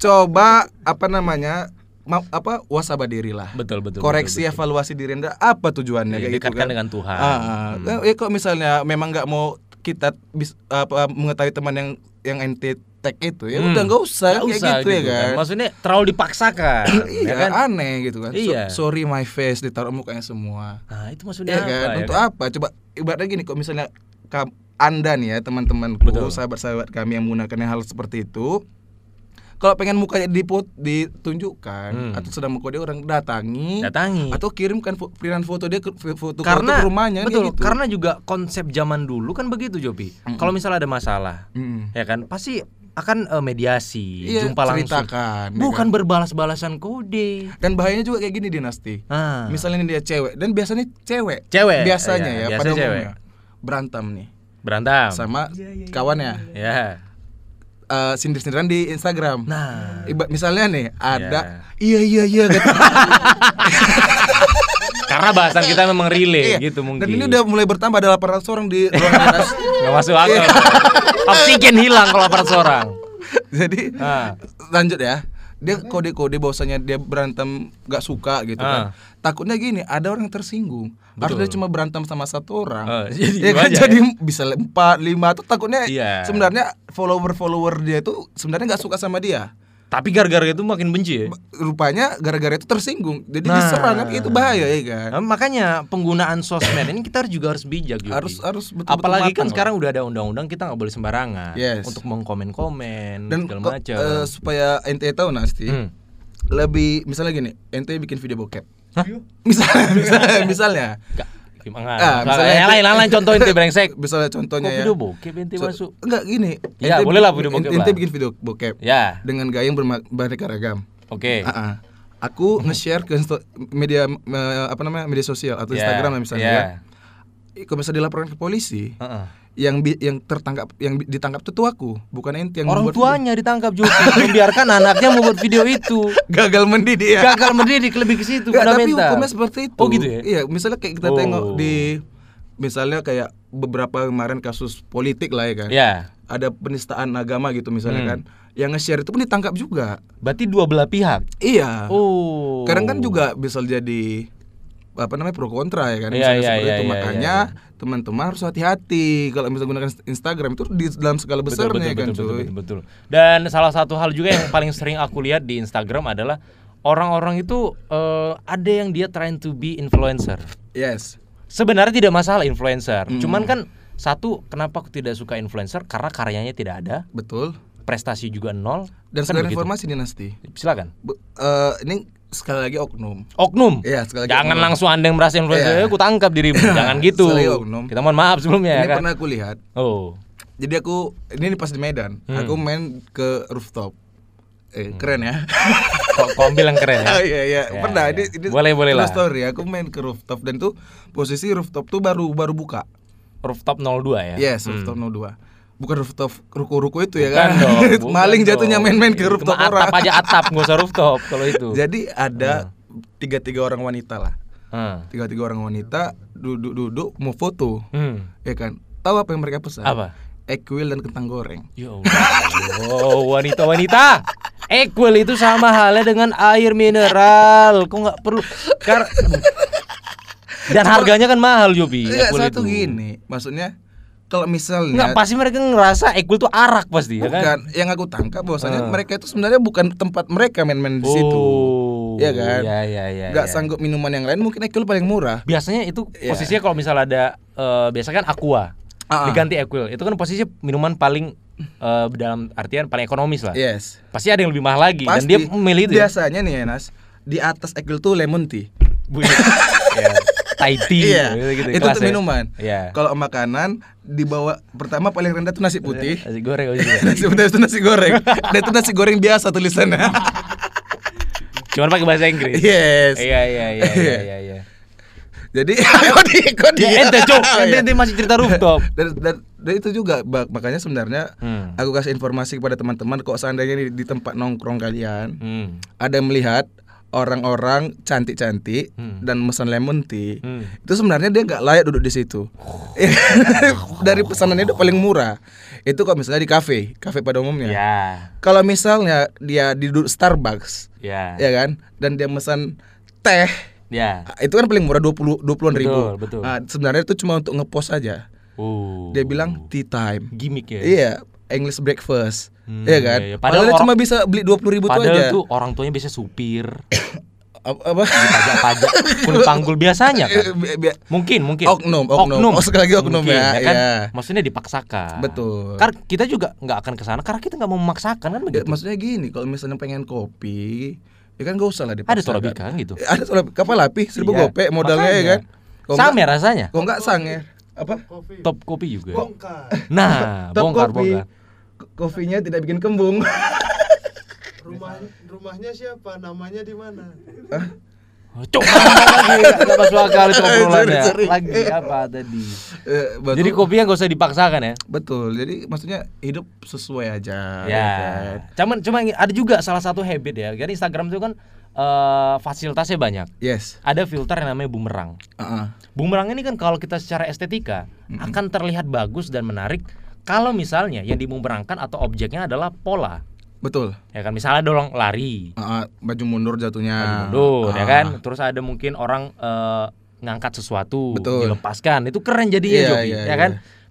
Speaker 1: coba apa namanya ma- apa wasaba dirilah
Speaker 2: Betul, betul,
Speaker 1: koreksi
Speaker 2: betul, betul.
Speaker 1: evaluasi diri anda apa tujuannya
Speaker 2: Iya, Hmm.
Speaker 1: kayak gitu
Speaker 2: dekatkan
Speaker 1: kan
Speaker 2: dengan Tuhan.
Speaker 1: Ah, ah. Eh, kok misalnya memang nggak mau kita bis, apa, mengetahui teman yang yang ente tag itu ya
Speaker 2: Hmm.
Speaker 1: udah nggak usah
Speaker 2: Nggak
Speaker 1: kayak
Speaker 2: usah
Speaker 1: gitu, ya kan,
Speaker 2: Maksudnya terlalu dipaksakan,
Speaker 1: iya
Speaker 2: ya kan?
Speaker 1: aneh gitu kan So-
Speaker 2: Iya.
Speaker 1: sorry my face ditaruh mukanya semua
Speaker 2: Nah, itu
Speaker 1: Iya
Speaker 2: maksudnya apa?
Speaker 1: kan
Speaker 2: ya
Speaker 1: untuk
Speaker 2: kan?
Speaker 1: apa coba ibaratnya gini kok misalnya kam- anda nih ya teman-temanku
Speaker 2: Betul.
Speaker 1: sahabat-sahabat kami yang menggunakan hal seperti itu kalau pengen mukanya diput ditunjukkan
Speaker 2: Hmm.
Speaker 1: atau sedang mengkode orang datangi
Speaker 2: Datangi.
Speaker 1: atau kirimkan fo- printan foto dia ke fo- foto
Speaker 2: karena
Speaker 1: foto ke rumahnya kayak
Speaker 2: betul
Speaker 1: gitu.
Speaker 2: karena juga konsep zaman dulu kan begitu Jopi kalau misalnya ada masalah
Speaker 1: Mm.
Speaker 2: ya kan pasti akan eh, mediasi
Speaker 1: Iya,
Speaker 2: jumpa langsung
Speaker 1: ceritakan, ya kan?
Speaker 2: bukan berbalas-balasan kode
Speaker 1: Dan bahayanya juga kayak gini dinasti.
Speaker 2: Ah.
Speaker 1: Misalnya nih dia cewek dan biasanya cewek.
Speaker 2: Cewek,
Speaker 1: Biasanya
Speaker 2: iya,
Speaker 1: ya
Speaker 2: biasanya
Speaker 1: pada
Speaker 2: cewek.
Speaker 1: umumnya berantem nih
Speaker 2: berantem
Speaker 1: sama kawannya
Speaker 2: ya
Speaker 1: Eh, sindir-sindiran di Instagram.
Speaker 2: nah
Speaker 1: Iba- misalnya nih ada iya iya iya kata-
Speaker 2: karena bahasan kita memang relay
Speaker 1: iya.
Speaker 2: gitu mungkin
Speaker 1: Dan ini udah mulai bertambah ada 800 orang di ruang kelas.
Speaker 2: nggak masuk
Speaker 1: Iya.
Speaker 2: akal oksigen hilang kalau per seorang
Speaker 1: Jadi
Speaker 2: Ah.
Speaker 1: lanjut ya. Dia kode-kode bahwasanya dia berantem gak suka gitu kan.
Speaker 2: Ah.
Speaker 1: Takutnya gini, ada orang yang tersinggung. Harusnya
Speaker 2: Betul.
Speaker 1: cuma berantem sama satu orang.
Speaker 2: Ah,
Speaker 1: ya
Speaker 2: jadi dua
Speaker 1: kan
Speaker 2: aja
Speaker 1: jadi bisa empat, lima tuh takutnya
Speaker 2: Iya.
Speaker 1: sebenarnya follower-follower dia itu sebenarnya nggak suka sama dia.
Speaker 2: tapi gara-gara itu makin benci ya
Speaker 1: Rupanya gara-gara itu tersinggung. Jadi
Speaker 2: Nah.
Speaker 1: diserang kan itu bahaya ya kan.
Speaker 2: Nah, makanya penggunaan sosmed ini kita juga harus bijak Yogi.
Speaker 1: Harus- harus betul-betul
Speaker 2: apalagi
Speaker 1: matang
Speaker 2: kan sekarang udah ada undang-undang kita nggak boleh sembarangan
Speaker 1: Yes.
Speaker 2: untuk mengkomen-komen
Speaker 1: Dan
Speaker 2: Hmm, segala
Speaker 1: kok,
Speaker 2: macam
Speaker 1: eh, supaya ente tahu Nasti,
Speaker 2: Hmm.
Speaker 1: lebih misalnya gini, ente bikin video bokep. Misalnya, misalnya, misalnya,
Speaker 2: Nggak, gimana
Speaker 1: Ah, misalnya-
Speaker 2: yang lain yang lain contohin tuh brengsek
Speaker 1: misalnya contohnya
Speaker 2: Kok
Speaker 1: ya.
Speaker 2: video bokep ente
Speaker 1: So-
Speaker 2: masuk?
Speaker 1: Enggak gini.
Speaker 2: Ya,
Speaker 1: ente-
Speaker 2: boleh lah video bokep
Speaker 1: Ente, ente
Speaker 2: lah.
Speaker 1: bikin video bokep
Speaker 2: ya
Speaker 1: dengan gaya yang berma- beraneka ragam.
Speaker 2: oke
Speaker 1: Ah, ah. Aku nge-share ke insta- media me- apa namanya media sosial atau
Speaker 2: Ya,
Speaker 1: Instagram lah misalnya.
Speaker 2: ya. iya.
Speaker 1: ya. Kalau misalnya dilaporkan ke polisi,
Speaker 2: Heeh.
Speaker 1: yang bi- yang tertangkap yang bi- ditangkap itu tuaku, bukan ente yang
Speaker 2: orang
Speaker 1: membuat
Speaker 2: tuanya ditangkap juga membiarkan anaknya membuat video itu
Speaker 1: video. gagal mendidik ya.
Speaker 2: gagal mendidik lebih ke situ
Speaker 1: Nggak, tapi
Speaker 2: fundamental.
Speaker 1: hukumnya seperti itu.
Speaker 2: oh gitu ya
Speaker 1: Iya, misalnya kayak kita
Speaker 2: Oh.
Speaker 1: tengok di misalnya kayak beberapa kemarin kasus politik lah ya kan.
Speaker 2: ya
Speaker 1: Ada penistaan agama gitu misalnya
Speaker 2: Hmm.
Speaker 1: kan. Yang nge-share itu pun ditangkap juga.
Speaker 2: berarti dua belah pihak
Speaker 1: Iya.
Speaker 2: oh
Speaker 1: Kadang kan juga bisa jadi apa namanya pro kontra ya kan
Speaker 2: Iya,
Speaker 1: misalnya
Speaker 2: iya,
Speaker 1: seperti
Speaker 2: iya,
Speaker 1: itu
Speaker 2: iya,
Speaker 1: makanya teman-teman harus hati-hati kalau misalnya gunakan Instagram itu di dalam skala
Speaker 2: betul,
Speaker 1: besarnya
Speaker 2: betul,
Speaker 1: kan
Speaker 2: betul,
Speaker 1: cuy.
Speaker 2: betul, betul, betul. Dan salah satu hal juga yang paling sering aku lihat di Instagram adalah orang-orang itu eh, ada yang dia trying to be influencer.
Speaker 1: Yes.
Speaker 2: Sebenarnya tidak masalah influencer, cuman kan satu kenapa aku tidak suka influencer karena karyanya tidak ada,
Speaker 1: Betul.
Speaker 2: prestasi juga nol.
Speaker 1: Dan
Speaker 2: kan
Speaker 1: sekedar
Speaker 2: begitu.
Speaker 1: informasi dinasti.
Speaker 2: Silakan.
Speaker 1: Bu- eh, ini sekali lagi oknum.
Speaker 2: Oknum.
Speaker 1: Iya, sekali lagi
Speaker 2: Jangan
Speaker 1: oknum.
Speaker 2: langsung anda yang merasa influencer,
Speaker 1: Iya.
Speaker 2: "Eh, aku tangkap dirimu. Jangan gitu.
Speaker 1: Sekali lagi oknum.
Speaker 2: Kita mohon maaf sebelumnya
Speaker 1: Ini
Speaker 2: ya kan.
Speaker 1: pernah aku lihat.
Speaker 2: Oh.
Speaker 1: Jadi aku ini pas di Medan,
Speaker 2: Hmm.
Speaker 1: aku main ke rooftop. Eh, keren ya.
Speaker 2: Kok kombil yang keren ya.
Speaker 1: Ah, iya iya,
Speaker 2: Ya,
Speaker 1: pernah
Speaker 2: ya.
Speaker 1: ini, ini
Speaker 2: Boleh, boleh
Speaker 1: true
Speaker 2: lah.
Speaker 1: story. Aku main ke rooftop dan tuh posisi rooftop tuh baru baru buka.
Speaker 2: Rooftop 02 ya.
Speaker 1: Yes, rooftop 02. Bukan rooftop ruko-ruko itu ya
Speaker 2: Bukan
Speaker 1: kan.
Speaker 2: dong,
Speaker 1: Itu
Speaker 2: bukan
Speaker 1: Maling
Speaker 2: dong.
Speaker 1: jatuhnya main-main ke
Speaker 2: Itu
Speaker 1: rooftop
Speaker 2: mah
Speaker 1: orang.
Speaker 2: Atap aja atap, nggak usah rooftop kalau itu.
Speaker 1: Jadi ada
Speaker 2: Hmm.
Speaker 1: tiga-tiga orang wanita lah.
Speaker 2: Heeh.
Speaker 1: Tiga-tiga orang wanita duduk-duduk mau foto.
Speaker 2: Hmm.
Speaker 1: Ya kan? Tahu apa yang mereka pesan?
Speaker 2: Apa?
Speaker 1: Equil dan kentang goreng.
Speaker 2: Ya Allah. Oh, wanita-wanita. Equal itu sama halnya dengan air mineral. Kok nggak perlu? Kar Dan harganya kan mahal Yobi.
Speaker 1: Iya,
Speaker 2: Equal
Speaker 1: satu
Speaker 2: itu.
Speaker 1: gini. Maksudnya kalau
Speaker 2: Nggak
Speaker 1: misalnya
Speaker 2: pasti mereka ngerasa equal itu arak pasti ya kan? Ah.
Speaker 1: bukan yang aku tangkap bahwasanya mereka itu sebenarnya bukan tempat mereka main-main di situ.
Speaker 2: Oh,
Speaker 1: Iya kan?
Speaker 2: Ya ya ya.
Speaker 1: Nggak
Speaker 2: ya.
Speaker 1: sanggup minuman yang lain mungkin Equil paling murah.
Speaker 2: Biasanya itu
Speaker 1: Iya.
Speaker 2: posisinya kalau misalnya ada eh, biasanya kan aqua
Speaker 1: Ah, ah.
Speaker 2: diganti equal. Itu kan posisi minuman paling eh, dalam artian paling ekonomis lah.
Speaker 1: Yes.
Speaker 2: Pasti ada yang lebih mahal lagi
Speaker 1: Iya.
Speaker 2: Iya. dan
Speaker 1: Pasti.
Speaker 2: dia memilih itu. ya.
Speaker 1: Biasanya nih ya Nas, di atas Equil tuh lemon tea.
Speaker 2: Bu- ya, Thai tea gitu,
Speaker 1: Iya. itu
Speaker 2: kelas
Speaker 1: tuh
Speaker 2: ya.
Speaker 1: minuman.
Speaker 2: Iya.
Speaker 1: Kalau makanan di bawah pertama paling rendah tuh nasi putih.
Speaker 2: Nasi goreng oh, iya. habis itu.
Speaker 1: nasi putih itu nasi goreng. Dan itu nasi goreng biasa tulisannya.
Speaker 2: Cuman pakai bahasa Inggris.
Speaker 1: yes.
Speaker 2: Iya iya iya iya iya. iya.
Speaker 1: Jadi kok di kok di.
Speaker 2: Eh, ente, Cuk.
Speaker 1: Oh,
Speaker 2: Ente-
Speaker 1: iya.
Speaker 2: ente masih cerita rooftop.
Speaker 1: Dan, dan- dan itu juga bak- makanya sebenarnya
Speaker 2: Hmm.
Speaker 1: aku kasih informasi kepada teman-teman kok seandainya di, di tempat nongkrong kalian
Speaker 2: Hmm.
Speaker 1: ada yang melihat orang-orang cantik-cantik
Speaker 2: Hmm.
Speaker 1: dan pesan lemon tea
Speaker 2: Hmm.
Speaker 1: itu sebenarnya dia nggak layak duduk di situ dari pesanannya itu paling murah itu kalau misalnya di kafe kafe pada umumnya
Speaker 2: Ya.
Speaker 1: kalau misalnya dia di duduk Starbucks
Speaker 2: Ya.
Speaker 1: ya kan dan dia pesan teh
Speaker 2: Ya.
Speaker 1: itu kan paling murah 20 20-an ribu.
Speaker 2: Betul, betul.
Speaker 1: Ah, sebenarnya itu cuma untuk ngepost aja.
Speaker 2: Oh.
Speaker 1: Dia bilang tea time.
Speaker 2: gimmick ya.
Speaker 1: Iya, English breakfast.
Speaker 2: Hmm,
Speaker 1: iya kan?
Speaker 2: iya, iya.
Speaker 1: Padahal,
Speaker 2: Padahal
Speaker 1: dia
Speaker 2: orang-
Speaker 1: cuma bisa beli 20 ribu tuh aja.
Speaker 2: Padahal tuh Gitu. orang tuanya biasanya supir,
Speaker 1: Apa? apa?
Speaker 2: pajak-pajak, kun panggul biasanya kan.
Speaker 1: Iya, Bi- bi-
Speaker 2: Mungkin, mungkin.
Speaker 1: Oknum, oknum. Oh, sekali lagi oknum
Speaker 2: Mungkin,
Speaker 1: ya,
Speaker 2: kan?
Speaker 1: iya.
Speaker 2: Maksudnya dipaksakan.
Speaker 1: Betul.
Speaker 2: Karena kita juga nggak akan ke sana karena kita nggak mau memaksakan kan
Speaker 1: Ya,
Speaker 2: begitu.
Speaker 1: maksudnya gini, kalau misalnya pengen kopi, ya kan gak usah lah dipaksakan.
Speaker 2: Ada Torabika kan gitu.
Speaker 1: Ya, Ada tolak kapal api, seribu
Speaker 2: Iya,
Speaker 1: gopek modalnya
Speaker 2: makanya.
Speaker 1: ya kan. Kalau
Speaker 2: Sama
Speaker 1: nggak-
Speaker 2: ya rasanya.
Speaker 1: Kalau enggak sanger. Apa?
Speaker 2: Top kopi juga.
Speaker 3: Bongkar.
Speaker 2: Nah,
Speaker 1: Top
Speaker 2: bongkar
Speaker 1: kopi.
Speaker 2: bongkar.
Speaker 1: Ko- Kopinya tidak bikin kembung.
Speaker 3: Rumah rumahnya siapa? Namanya di mana?
Speaker 2: Cuk, lagi enggak masuk akal itu obrolannya.
Speaker 1: Sorry, sorry.
Speaker 2: ya. Lagi apa tadi?
Speaker 1: Eh, betul.
Speaker 2: Jadi kopinya nggak usah dipaksakan ya.
Speaker 1: Betul. Jadi maksudnya hidup sesuai aja.
Speaker 2: Ya.
Speaker 1: kan?
Speaker 2: Cuman cuma ada juga salah satu habit ya. Karena Instagram itu kan eh, fasilitasnya banyak.
Speaker 1: Yes.
Speaker 2: Ada filter yang namanya bumerang.
Speaker 1: Heeh.
Speaker 2: Bumerang ini kan kalau kita secara estetika akan terlihat bagus dan menarik kalau misalnya yang dibumerangkan atau objeknya adalah pola.
Speaker 1: Betul.
Speaker 2: Ya kan misalnya dolong lari,
Speaker 1: Heeh, baju mundur jatuhnya.
Speaker 2: Ada mundur ya
Speaker 1: Ah.
Speaker 2: kan terus ada mungkin orang eh, ngangkat sesuatu
Speaker 1: Betul.
Speaker 2: dilepaskan itu keren jadinya
Speaker 1: Iya, iya,
Speaker 2: Joki, ya
Speaker 1: iya.
Speaker 2: kan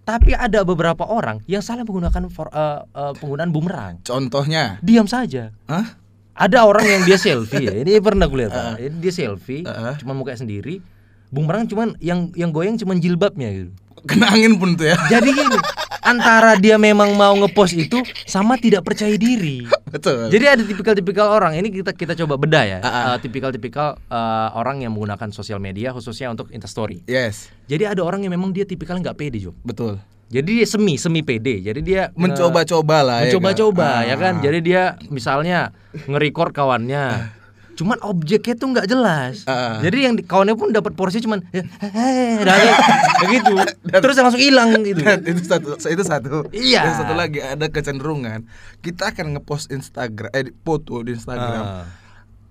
Speaker 2: tapi ada beberapa orang yang salah menggunakan for- eh, eh, penggunaan bumerang
Speaker 1: Contohnya.
Speaker 2: diam saja
Speaker 1: Hah?
Speaker 2: ada orang yang dia selfie ya. ini pernah gue lihat Pak. Ini dia selfie
Speaker 1: Ah.
Speaker 2: cuman muka sendiri bumerang cuman yang yang goyang cuman jilbabnya gitu
Speaker 1: Kena angin pun tuh ya.
Speaker 2: jadi gini antara dia memang mau ngepost itu sama tidak percaya diri
Speaker 1: Betul.
Speaker 2: jadi ada tipikal-tipikal orang ini kita kita coba bedah ya.
Speaker 1: Ah, ah.
Speaker 2: Eh, tipikal-tipikal eh, orang yang menggunakan sosial media khususnya untuk instastory.
Speaker 1: yes.
Speaker 2: Jadi ada orang yang memang dia tipikalnya nggak pede Jok.
Speaker 1: Betul.
Speaker 2: Jadi dia semi semi pede. Jadi dia eh,
Speaker 1: Mencoba-coba lah ya kan?
Speaker 2: mencoba-coba ya,
Speaker 1: Ah.
Speaker 2: kan. Jadi dia misalnya ngerekord kawannya. Cuman objeknya tuh nggak jelas.
Speaker 1: Ah.
Speaker 2: Jadi yang di- kawannya pun dapat porsi cuman "Eh, eh, eh," begitu. gitu. Terus langsung hilang gitu.
Speaker 1: Dan itu satu itu satu
Speaker 2: Iya.
Speaker 1: Dan satu lagi ada kecenderungan kita akan ngepost Instagram eh foto di Instagram
Speaker 2: Ah.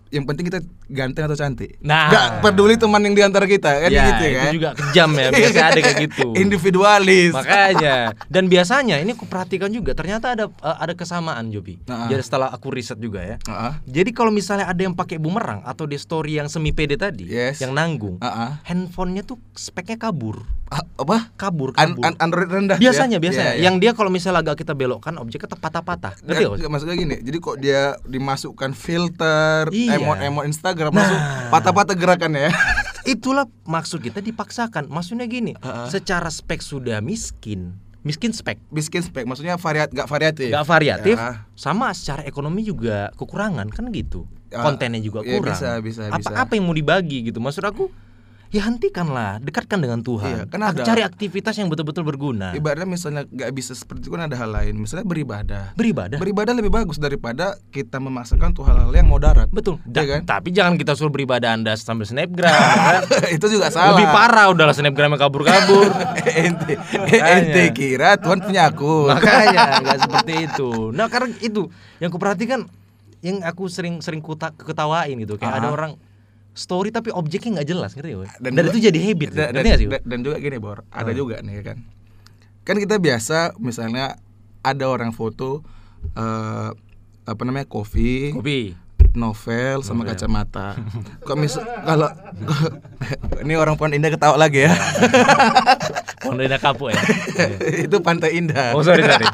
Speaker 1: yang penting kita ganteng atau cantik
Speaker 2: Nah.
Speaker 1: Nggak peduli teman yang di antara kita kan
Speaker 2: Ya,
Speaker 1: gitu ya
Speaker 2: itu
Speaker 1: kan
Speaker 2: juga kejam ya. Biasa ada kayak gitu.
Speaker 1: individualis
Speaker 2: Makanya. Dan biasanya ini aku perhatikan juga ternyata ada eh, ada kesamaan Jobi.
Speaker 1: Nah.
Speaker 2: Jadi setelah aku riset juga ya.
Speaker 1: Heeh.
Speaker 2: Jadi kalau misalnya ada yang pakai bumerang atau di story yang semi pede tadi,
Speaker 1: Yes. Ah.
Speaker 2: yang nanggung,
Speaker 1: Heeh.
Speaker 2: handphonenya tuh speknya kabur,
Speaker 1: A- apa
Speaker 2: kabur,
Speaker 1: An-
Speaker 2: kabur.
Speaker 1: an- Android rendah tuh ya?
Speaker 2: biasanya
Speaker 1: Iya,
Speaker 2: biasanya.
Speaker 1: iya.
Speaker 2: Yang dia kalau misalnya agak kita belokkan objeknya patah-patah. Ngerti
Speaker 1: Nggak-
Speaker 2: nggak?
Speaker 1: nggak, maksudnya gini, jadi kok dia dimasukkan filter,
Speaker 2: Iya.
Speaker 1: emot-emot Instagram,
Speaker 2: Nah.
Speaker 1: masuk patah-patah gerakannya ya.
Speaker 2: Itulah maksud kita dipaksakan. Maksudnya gini, secara spek sudah miskin, miskin spek.
Speaker 1: Miskin spek, maksudnya variat, gak variatif.
Speaker 2: nggak variatif
Speaker 1: Ya.
Speaker 2: sama secara ekonomi juga kekurangan kan gitu
Speaker 1: Ah,
Speaker 2: kontennya juga
Speaker 1: ya,
Speaker 2: kurang.
Speaker 1: bisa, bisa,
Speaker 2: apa,
Speaker 1: bisa.
Speaker 2: apa yang mau dibagi gitu? Maksud aku ya hentikanlah, dekatkan dengan
Speaker 1: Iya,
Speaker 2: Tuhan.
Speaker 1: kan ada- Iya.
Speaker 2: Cari aktivitas yang betul-betul berguna.
Speaker 1: Ibaratnya misalnya nggak bisa seperti itu kan ada hal lain. Misalnya beribadah.
Speaker 2: Beribadah.
Speaker 1: Beribadah lebih bagus daripada kita memaksakan tuh hal-hal yang mau darat.
Speaker 2: Betul.
Speaker 1: Iya
Speaker 2: Da-
Speaker 1: kan?
Speaker 2: Tapi jangan kita suruh beribadah Anda sambil snapgram kan?
Speaker 1: itu juga salah.
Speaker 2: Lebih parah udahlah snapgramnya kabur-kabur.
Speaker 1: ente,
Speaker 2: Makanya.
Speaker 1: ente kira Tuhan punya aku.
Speaker 2: Makanya nggak seperti itu. Nah, karena itu yang kuperhatikan yang aku sering sering kuta, ketawain gitu kayak
Speaker 1: Ah.
Speaker 2: ada orang story tapi objeknya nggak jelas ngerti ya? Dan,
Speaker 1: juga-
Speaker 2: itu jadi habit.
Speaker 1: da-
Speaker 2: Gitu. ngerti
Speaker 1: dan,
Speaker 2: nggak sih? Ah.
Speaker 1: da- dan juga gini Bor ada juga nih ya kan kan kita biasa misalnya ada orang foto eh, apa namanya kopi,
Speaker 2: Kopi.
Speaker 1: novel sama kacamata kok misal kalau ini orang Pondok Indah ketawa lagi ya
Speaker 2: Pondoknya kapu ya.
Speaker 1: itu Pantai Indah
Speaker 2: Oh, iya. sorry sorry.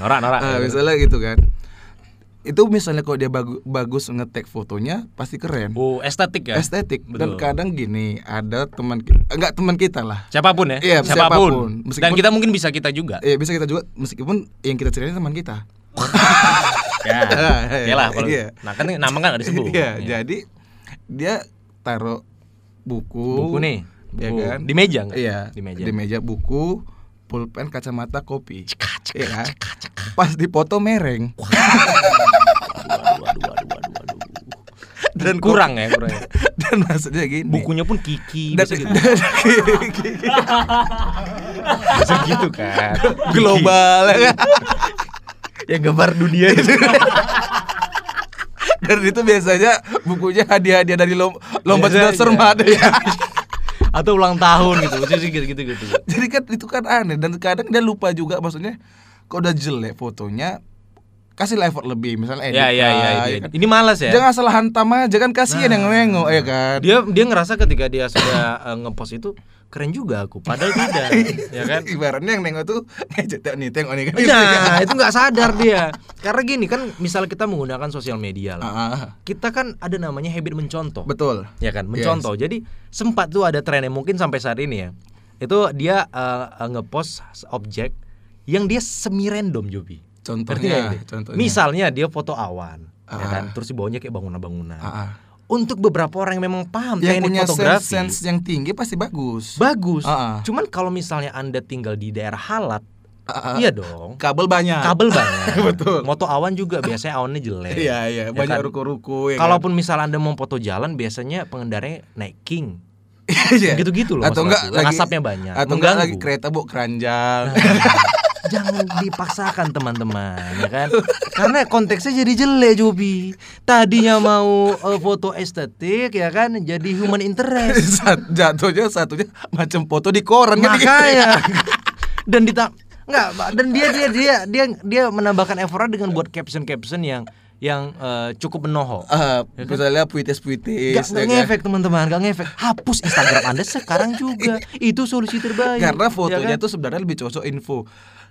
Speaker 2: Norak norak.
Speaker 1: Eh, misalnya gitu kan itu misalnya kalau dia bagu- bagus ngetek fotonya pasti keren
Speaker 2: Oh, estetik ya.
Speaker 1: estetik dan
Speaker 2: Betul.
Speaker 1: kadang gini ada teman ki- enggak teman kita lah
Speaker 2: Siapapun ya.
Speaker 1: Iya, siapapun.
Speaker 2: siapapun. Dan
Speaker 1: Meskipun-
Speaker 2: kita mungkin bisa kita juga.
Speaker 1: Ya bisa kita juga meskipun yang kita ceritain teman kita.
Speaker 2: Ya.
Speaker 1: Iya,
Speaker 2: Yalah kalau
Speaker 1: iya.
Speaker 2: nah kan nama kan nggak disebut.
Speaker 1: Iya,
Speaker 2: Iya.
Speaker 1: jadi dia taruh buku.
Speaker 2: buku nih.
Speaker 1: Iya
Speaker 2: buku.
Speaker 1: kan?
Speaker 2: Di meja nggak?
Speaker 1: Iya,
Speaker 2: Di meja.
Speaker 1: buku, pulpen, kacamata, kopi. Iya kan? Pas dipoto mereng.
Speaker 2: Waduh, waduh, waduh, waduh, waduh. Dan kurang ya, kurang ya.
Speaker 1: Dan maksudnya gini.
Speaker 2: Bukunya pun Kiki
Speaker 1: Dan-
Speaker 2: biasa gitu.
Speaker 1: dan-
Speaker 2: Biasa gitu kan.
Speaker 1: global ya kan?
Speaker 2: yang gambar dunia itu.
Speaker 1: Dan itu biasanya bukunya hadiah-hadiah dari lom- lomba
Speaker 2: Biasanya, iya.
Speaker 1: cerdas cermat ya.
Speaker 2: Atau ulang tahun gitu. Biasa gitu gitu gitu.
Speaker 1: Jadi kan itu kan aneh dan kadang dia lupa juga maksudnya kalau udah jelek fotonya kasih effort lebih misalnya edit
Speaker 2: Ya, ya,
Speaker 1: lah,
Speaker 2: ya,
Speaker 1: ya
Speaker 2: itu.
Speaker 1: kan?
Speaker 2: Ini malas ya. Nah, gitu
Speaker 1: Jangan salah hantam aja kan kasihan yang nengok ya kan.
Speaker 2: Dia dia ngerasa ketika dia sudah eh, ngepost itu keren juga aku, padahal tidak. ya kan?
Speaker 1: Ibaratnya yang nengok tuh ngejek tengok nih tengok nih kan.
Speaker 2: Nah, itu nggak sadar dia. Karena gini kan, misal kita menggunakan sosial media lah.
Speaker 1: Ah,
Speaker 2: Kita kan ada namanya habit mencontoh.
Speaker 1: betul.
Speaker 2: ya kan mencontoh jadi sempat tuh ada tren yang mungkin sampai saat ini ya itu dia eh, eh, ngepost objek yang dia semi random Jobi Ngerti nggak
Speaker 1: Contohnya,
Speaker 2: ini?
Speaker 1: contohnya.
Speaker 2: misalnya dia foto awan ya
Speaker 1: Ah.
Speaker 2: kan terus di bawahnya kayak bangunan-bangunan
Speaker 1: Ah, ah.
Speaker 2: untuk beberapa orang yang memang paham
Speaker 1: yang
Speaker 2: teknik
Speaker 1: punya
Speaker 2: fotografi
Speaker 1: sense, sense yang tinggi pasti bagus.
Speaker 2: bagus
Speaker 1: Ah, ah.
Speaker 2: cuman kalau misalnya anda tinggal di daerah halat
Speaker 1: Ah, ah.
Speaker 2: iya dong
Speaker 1: Kabel banyak.
Speaker 2: kabel banyak
Speaker 1: Betul.
Speaker 2: moto awan juga biasanya awannya jelek
Speaker 1: Iya iya
Speaker 2: Ya
Speaker 1: banyak
Speaker 2: kan?
Speaker 1: ruko-ruko ya. kan?
Speaker 2: Kalaupun misal Anda mau foto jalan biasanya pengendaranya naik king.
Speaker 1: Iya.
Speaker 2: Gitu-gitu loh.
Speaker 1: Atau
Speaker 2: maksud
Speaker 1: enggak
Speaker 2: aku.
Speaker 1: lagi
Speaker 2: asapnya banyak.
Speaker 1: Atau enggak lagi
Speaker 2: mengganggu.
Speaker 1: kereta bu keranjang.
Speaker 2: Jangan dipaksakan teman-teman, ya kan? Karena konteksnya jadi jelek Jobi. Tadinya mau eh, foto estetik ya kan, jadi human interest.
Speaker 1: Sat- jatuhnya satunya macam foto di koran kan
Speaker 2: Makanya. Dan dita Enggak, Pak. dan dia dia dia dia dia menambahkan effort dengan buat caption-caption yang yang eh, cukup menohok.
Speaker 1: Eh, misalnya puitis-puitis
Speaker 2: Gak,
Speaker 1: ya
Speaker 2: gak
Speaker 1: kan?
Speaker 2: Ya kan? ngefek teman-teman, gak ngefek. Hapus Instagram Anda sekarang juga. Itu solusi terbaik.
Speaker 1: karena fotonya
Speaker 2: Ya kan?
Speaker 1: tuh sebenarnya lebih cocok info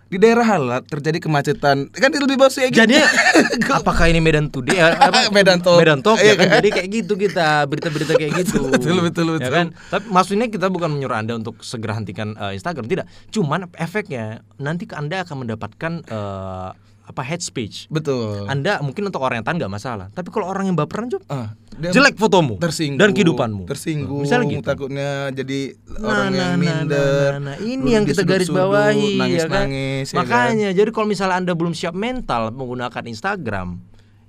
Speaker 1: di daerah halat terjadi kemacetan kan itu lebih bagus ya gitu.
Speaker 2: Jadi apakah ini Medan Today? eh, apa?
Speaker 1: Medan Talk.
Speaker 2: Medan Talk
Speaker 1: Iya
Speaker 2: ya kan?
Speaker 1: kan?
Speaker 2: Jadi kayak gitu kita berita-berita kayak gitu.
Speaker 1: Betul, betul, betul, betul.
Speaker 2: Ya kan? Tapi maksudnya kita bukan menyuruh Anda untuk segera hentikan eh, Instagram, tidak. Cuman efeknya nanti ke Anda akan mendapatkan eh, apa head speech.
Speaker 1: betul
Speaker 2: Anda mungkin untuk orang yang tahan nggak masalah, tapi kalau orang yang baperan juga
Speaker 1: Ah, dia
Speaker 2: jelek fotomu
Speaker 1: tersinggung
Speaker 2: dan kehidupanmu.
Speaker 1: tersinggung
Speaker 2: Misalnya gitu.
Speaker 1: takutnya jadi
Speaker 2: Nah,
Speaker 1: orang yang
Speaker 2: nah, nah,
Speaker 1: minder
Speaker 2: nah, nah, nah. ini yang kita garis bawahi
Speaker 1: nangis
Speaker 2: ya kan?
Speaker 1: nangis
Speaker 2: makanya jadi kalau misalnya anda belum siap mental menggunakan Instagram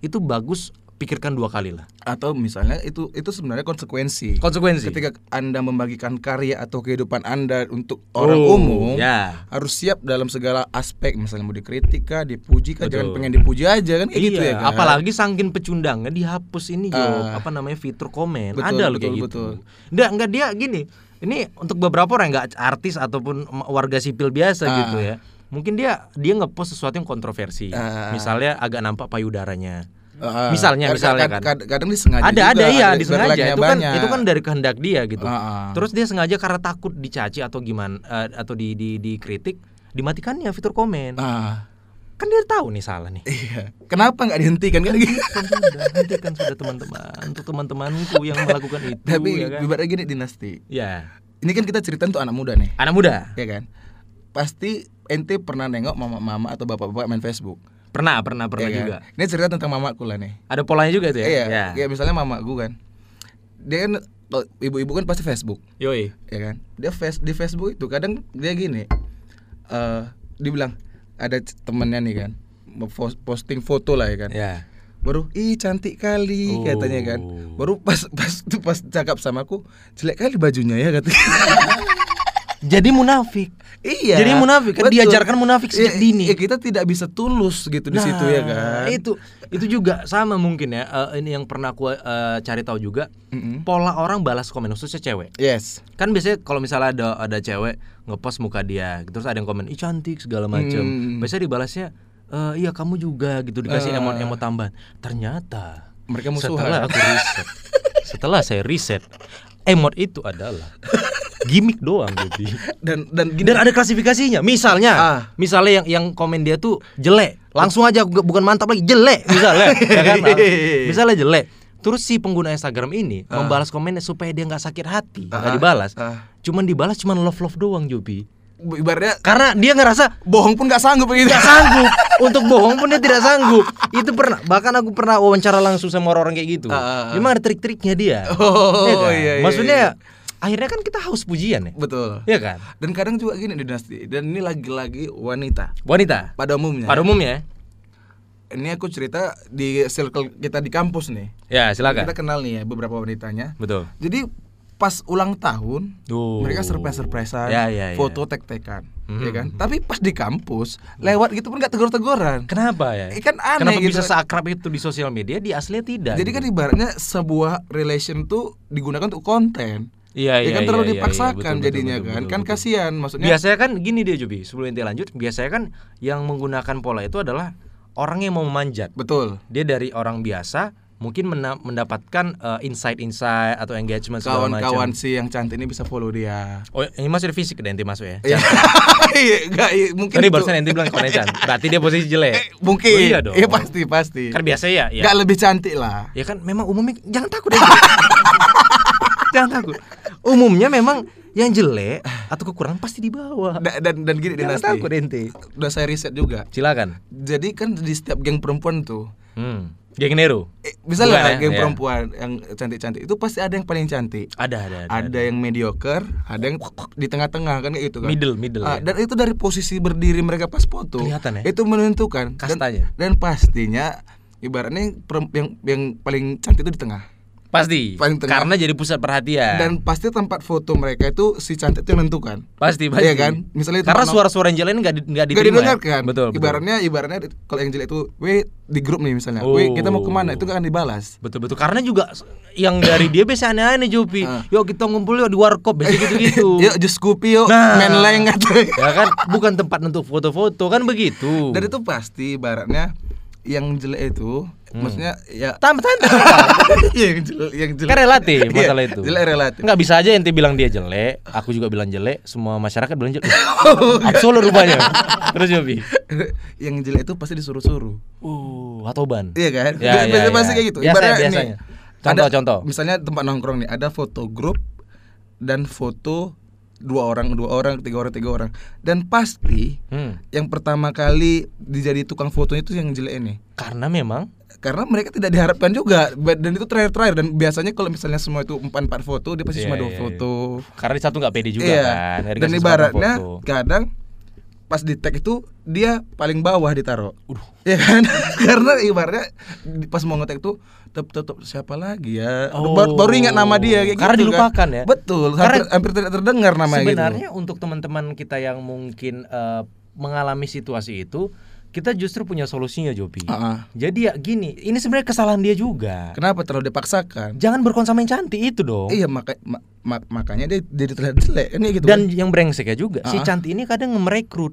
Speaker 2: itu bagus pikirkan dua kali lah
Speaker 1: atau misalnya itu itu sebenarnya konsekuensi
Speaker 2: konsekuensi
Speaker 1: ketika anda membagikan karya atau kehidupan anda untuk orang umum
Speaker 2: Oh, ya
Speaker 1: harus siap dalam segala aspek misalnya mau dikritik kah dipuji kah jangan
Speaker 2: Betul.
Speaker 1: pengen dipuji aja kan kayak gitu ya
Speaker 2: iya,
Speaker 1: kan
Speaker 2: apalagi sangkin pecundangnya dihapus ini Jo,
Speaker 1: Ah.
Speaker 2: apa namanya fitur komen
Speaker 1: Betul,
Speaker 2: ada
Speaker 1: betul,
Speaker 2: loh kayak gitu.
Speaker 1: betul.
Speaker 2: Nggak, nggak dia gini. Ini untuk beberapa orang nggak artis ataupun warga sipil biasa
Speaker 1: Ah.
Speaker 2: gitu ya. Mungkin dia dia ngepost sesuatu yang kontroversi.
Speaker 1: Ah.
Speaker 2: Misalnya agak nampak payudaranya.
Speaker 1: Ah,
Speaker 2: Misalnya,
Speaker 1: kad-
Speaker 2: misalnya
Speaker 1: kad-
Speaker 2: kan.
Speaker 1: kad- kadang disengaja juga,
Speaker 2: ada ada iya
Speaker 1: ada
Speaker 2: disengaja
Speaker 1: berleknya
Speaker 2: itu kan
Speaker 1: banyak.
Speaker 2: itu kan dari kehendak dia gitu
Speaker 1: Heeh.
Speaker 2: terus dia sengaja karena takut dicaci atau gimana eh, atau di di dikritik dimatikannya fitur komen
Speaker 1: Ah,
Speaker 2: kan dia tahu nih salah nih
Speaker 1: iya kenapa nggak dihentikan kan gitu
Speaker 2: kan sudah hentikan sudah teman-teman untuk teman-temanku yang melakukan itu
Speaker 1: tapi
Speaker 2: ya kan
Speaker 1: ibaratnya gini dinasti
Speaker 2: ya
Speaker 1: ini kan kita cerita untuk anak muda nih
Speaker 2: anak muda
Speaker 1: ya kan pasti ente pernah nengok mama-mama atau bapak-bapak main Facebook
Speaker 2: Pernah, pernah,
Speaker 1: Iya
Speaker 2: pernah
Speaker 1: kan?
Speaker 2: juga.
Speaker 1: Ini cerita tentang mamaku lah nih.
Speaker 2: Ada polanya juga itu ya?
Speaker 1: Iya.
Speaker 2: Ya.
Speaker 1: Ya misalnya mamaku kan. Dia kan kalau ibu-ibu kan pasti Facebook,
Speaker 2: Yoi.
Speaker 1: ya kan? Dia face di Facebook itu kadang dia gini. eh dibilang ada c- temennya nih kan mempost- posting foto lah ya kan
Speaker 2: Ya.
Speaker 1: baru ih cantik kali
Speaker 2: Oh.
Speaker 1: katanya kan baru pas pas tuh pas cakap sama aku jelek kali bajunya ya katanya
Speaker 2: Jadi munafik.
Speaker 1: iya
Speaker 2: Jadi munafik, kan
Speaker 1: betul.
Speaker 2: diajarkan munafik
Speaker 1: Iya,
Speaker 2: sejak dini.
Speaker 1: iya, kita tidak bisa tulus gitu di
Speaker 2: Nah,
Speaker 1: situ ya kan
Speaker 2: Itu itu juga sama mungkin ya. eh, ini yang pernah aku eh, cari tahu juga.
Speaker 1: Mm-mm.
Speaker 2: Pola orang balas komen khususnya cewek.
Speaker 1: yes
Speaker 2: Kan biasanya kalau misalnya ada ada cewek ngepost muka dia, terus ada yang komen, "Ih cantik" segala macam.
Speaker 1: Hmm.
Speaker 2: Biasanya dibalasnya "Eh, iya kamu juga gitu dikasih
Speaker 1: Ah.
Speaker 2: emot-emot tambahan. Ternyata
Speaker 1: Mereka musuhan.
Speaker 2: Setelah aku riset. setelah saya riset, emot itu adalah gimmick doang jadi.
Speaker 1: dan dan gini
Speaker 2: Dan ada klasifikasinya. Misalnya,
Speaker 1: Ah.
Speaker 2: misalnya yang yang komen dia tuh jelek. Langsung aja bu- bukan mantap lagi, jelek misalnya. ya kan? Misalnya jelek. Terus si pengguna Instagram ini membalas komennya supaya dia nggak sakit hati, nggak
Speaker 1: Ah.
Speaker 2: dibalas.
Speaker 1: Ah.
Speaker 2: Cuman dibalas cuman love love doang, Jobi.
Speaker 1: ibaratnya
Speaker 2: Karena dia ngerasa
Speaker 1: bohong pun gak sanggup gitu
Speaker 2: nggak sanggup untuk bohong pun dia tidak sanggup. Itu pernah bahkan aku pernah wawancara langsung sama orang-orang kayak gitu.
Speaker 1: Ah, ah, ah.
Speaker 2: Memang ada trik-triknya dia.
Speaker 1: Oh,
Speaker 2: Iya kan?
Speaker 1: iya, iya,
Speaker 2: Maksudnya
Speaker 1: iya.
Speaker 2: akhirnya kan kita haus pujian ya.
Speaker 1: betul
Speaker 2: Iya kan?
Speaker 1: dan kadang juga gini dinasti dan ini lagi-lagi wanita
Speaker 2: Wanita.
Speaker 1: pada umumnya
Speaker 2: Pada um- umumnya
Speaker 1: ini aku cerita di circle kita di kampus nih
Speaker 2: ya. Ya,
Speaker 1: kita
Speaker 2: silakan.
Speaker 1: kenal nih ya beberapa wanitanya
Speaker 2: Betul.
Speaker 1: jadi pas ulang tahun
Speaker 2: Oh.
Speaker 1: mereka surprise surprisean
Speaker 2: Ya, ya, ya.
Speaker 1: foto tek tekan
Speaker 2: Mhm.
Speaker 1: ya kan tapi pas di kampus lewat gitu pun gak tegur teguran
Speaker 2: Kenapa ya?
Speaker 1: Eh, kan aneh
Speaker 2: Kenapa
Speaker 1: gitu.
Speaker 2: bisa seakrab itu di sosial media di aslinya tidak?
Speaker 1: jadi kan ibaratnya sebuah relation tuh digunakan untuk konten ya
Speaker 2: Iya, iya,
Speaker 1: kan
Speaker 2: iya,
Speaker 1: terlalu
Speaker 2: iya,
Speaker 1: dipaksakan
Speaker 2: iya, betul, betul,
Speaker 1: jadinya
Speaker 2: betul,
Speaker 1: kan
Speaker 2: betul,
Speaker 1: kan
Speaker 2: betul.
Speaker 1: kasihan maksudnya
Speaker 2: Biasanya kan gini dia Jubi, sebelum inti lanjut, biasanya kan yang menggunakan pola itu adalah orang yang mau memanjat.
Speaker 1: betul
Speaker 2: Dia dari orang biasa mungkin mena- mendapatkan eh, insight-insight atau engagement segala
Speaker 1: kawan-kawan
Speaker 2: macam.
Speaker 1: si yang cantik ini bisa follow dia
Speaker 2: Oh, ini masih ada fisik deh inti masuk ya.
Speaker 1: Iya, Iya, enggak, iya, mungkin
Speaker 2: Tadi
Speaker 1: itu.
Speaker 2: barusan inti bilang kawannya Chan. Berarti dia posisi jelek.
Speaker 1: Eh, mungkin.
Speaker 2: Oh, iya dong.
Speaker 1: Iya, pasti pasti.
Speaker 2: Kan biasa ya, ya.
Speaker 1: Enggak lebih cantik lah.
Speaker 2: Ya kan memang umumnya jangan takut aja. jangan takut. Umumnya memang yang jelek atau kekurangan pasti dibawa.
Speaker 1: Da- Dan dan gini
Speaker 2: Jangan
Speaker 1: dinasti.
Speaker 2: takut ya. ente.
Speaker 1: Udah saya riset juga.
Speaker 2: Silakan.
Speaker 1: Jadi kan di setiap geng perempuan tuh
Speaker 2: Hmm. Geng Nero.
Speaker 1: eh, misalnya
Speaker 2: Bukan ya?
Speaker 1: geng
Speaker 2: Iya.
Speaker 1: perempuan yang cantik-cantik itu pasti ada yang paling cantik.
Speaker 2: Ada, ada, ada.
Speaker 1: Ada yang mediocre, ada yang di tengah-tengah kan kayak gitu kan.
Speaker 2: Middle, middle,
Speaker 1: Ah,
Speaker 2: ya.
Speaker 1: Dan itu dari posisi berdiri mereka pas foto.
Speaker 2: Kelihatan ya?
Speaker 1: Itu menentukan. Dan-
Speaker 2: Kastanya.
Speaker 1: Dan, pastinya ibaratnya perem- yang yang paling cantik itu di tengah.
Speaker 2: Pasti.
Speaker 1: Paling tengah.
Speaker 2: Karena jadi pusat perhatian.
Speaker 1: Dan pasti tempat foto mereka itu si cantik itu yang nentukan.
Speaker 2: pasti, pasti.
Speaker 1: Iya kan? Misalnya
Speaker 2: Karena
Speaker 1: tempat-
Speaker 2: suara-suara yang jelek nggak di, nggak
Speaker 1: Gak
Speaker 2: diterima. ya?
Speaker 1: didengarkan.
Speaker 2: Betul, betul.
Speaker 1: Ibaratnya ibaratnya di- kalau yang jelek itu, we di grup nih misalnya,
Speaker 2: Oh.
Speaker 1: we kita mau kemana itu gak akan dibalas.
Speaker 2: Betul betul karena juga yang dari dia biasa aneh-aneh Jopi.
Speaker 1: Ah. Iya.
Speaker 2: Yuk kita ngumpul yuk di warkop biasa gitu-gitu.
Speaker 1: yuk jus kopi yuk,
Speaker 2: Nah.
Speaker 1: main leng katanya.
Speaker 2: ya kan bukan tempat untuk foto-foto kan begitu.
Speaker 1: Dan itu pasti ibaratnya yang jelek itu,
Speaker 2: Hmm.
Speaker 1: maksudnya ya
Speaker 2: Tam- tam- tam-
Speaker 1: yang jelek yang jelek.
Speaker 2: Kan relatif
Speaker 1: Iya,
Speaker 2: masalah itu. Nah.
Speaker 1: Jelek relatif.
Speaker 2: Nggak bisa aja ente bilang dia jelek, aku juga bilang jelek, semua masyarakat bilang jelek. Absolut rupanya. Terus Jopi.
Speaker 1: yang jelek itu pasti disuruh-suruh.
Speaker 2: Uh, Atoban.
Speaker 1: Iya kan?
Speaker 2: Ya, ya,
Speaker 1: biasanya
Speaker 2: ya.
Speaker 1: pasti kayak gitu.
Speaker 2: Biasa,
Speaker 1: Ibaratnya
Speaker 2: biasanya.
Speaker 1: nih,
Speaker 2: Contoh,
Speaker 1: ada-
Speaker 2: contoh.
Speaker 1: Misalnya tempat nongkrong nih, ada foto grup dan foto dua orang, dua orang, tiga orang, tiga orang. Dan pasti
Speaker 2: Hmm.
Speaker 1: yang pertama kali dijadi tukang fotonya itu yang jelek ini.
Speaker 2: Karena memang
Speaker 1: Karena mereka tidak diharapkan juga Ba- dan itu terakhir-terakhir dan biasanya kalau misalnya semua itu empat empat foto dia pasti
Speaker 2: Iya,
Speaker 1: cuma dua
Speaker 2: iya, iya.
Speaker 1: foto.
Speaker 2: karena di satu nggak pede juga kan. Akhirnya
Speaker 1: Iya. Dan
Speaker 2: kasih
Speaker 1: ibaratnya
Speaker 2: sepatu foto.
Speaker 1: kadang pas di tag itu dia paling bawah ditaruh. Ya kan? Karena ibaratnya di- pas mau ngetek tuh tetep tetep siapa lagi ya?
Speaker 2: Oh.
Speaker 1: Baru, baru ingat nama dia kayak
Speaker 2: Karena
Speaker 1: gitu kan.
Speaker 2: dilupakan ya?
Speaker 1: Betul, hampir,
Speaker 2: Karena-
Speaker 1: hampir tidak terdengar namanya
Speaker 2: Sebenarnya
Speaker 1: gitu.
Speaker 2: untuk teman-teman kita yang mungkin eh, mengalami situasi itu, kita justru punya solusinya Jopi.
Speaker 1: Ah, ah.
Speaker 2: Jadi ya gini, ini sebenarnya kesalahan dia juga.
Speaker 1: Kenapa terlalu dipaksakan?
Speaker 2: Jangan berkawan sama yang cantik itu dong.
Speaker 1: Iya maka, ma- ma- makanya dia jadi terlihat jelek kan ya gitu.
Speaker 2: Dan yang brengseknya juga,
Speaker 1: Ah.
Speaker 2: si cantik ini kadang merekrut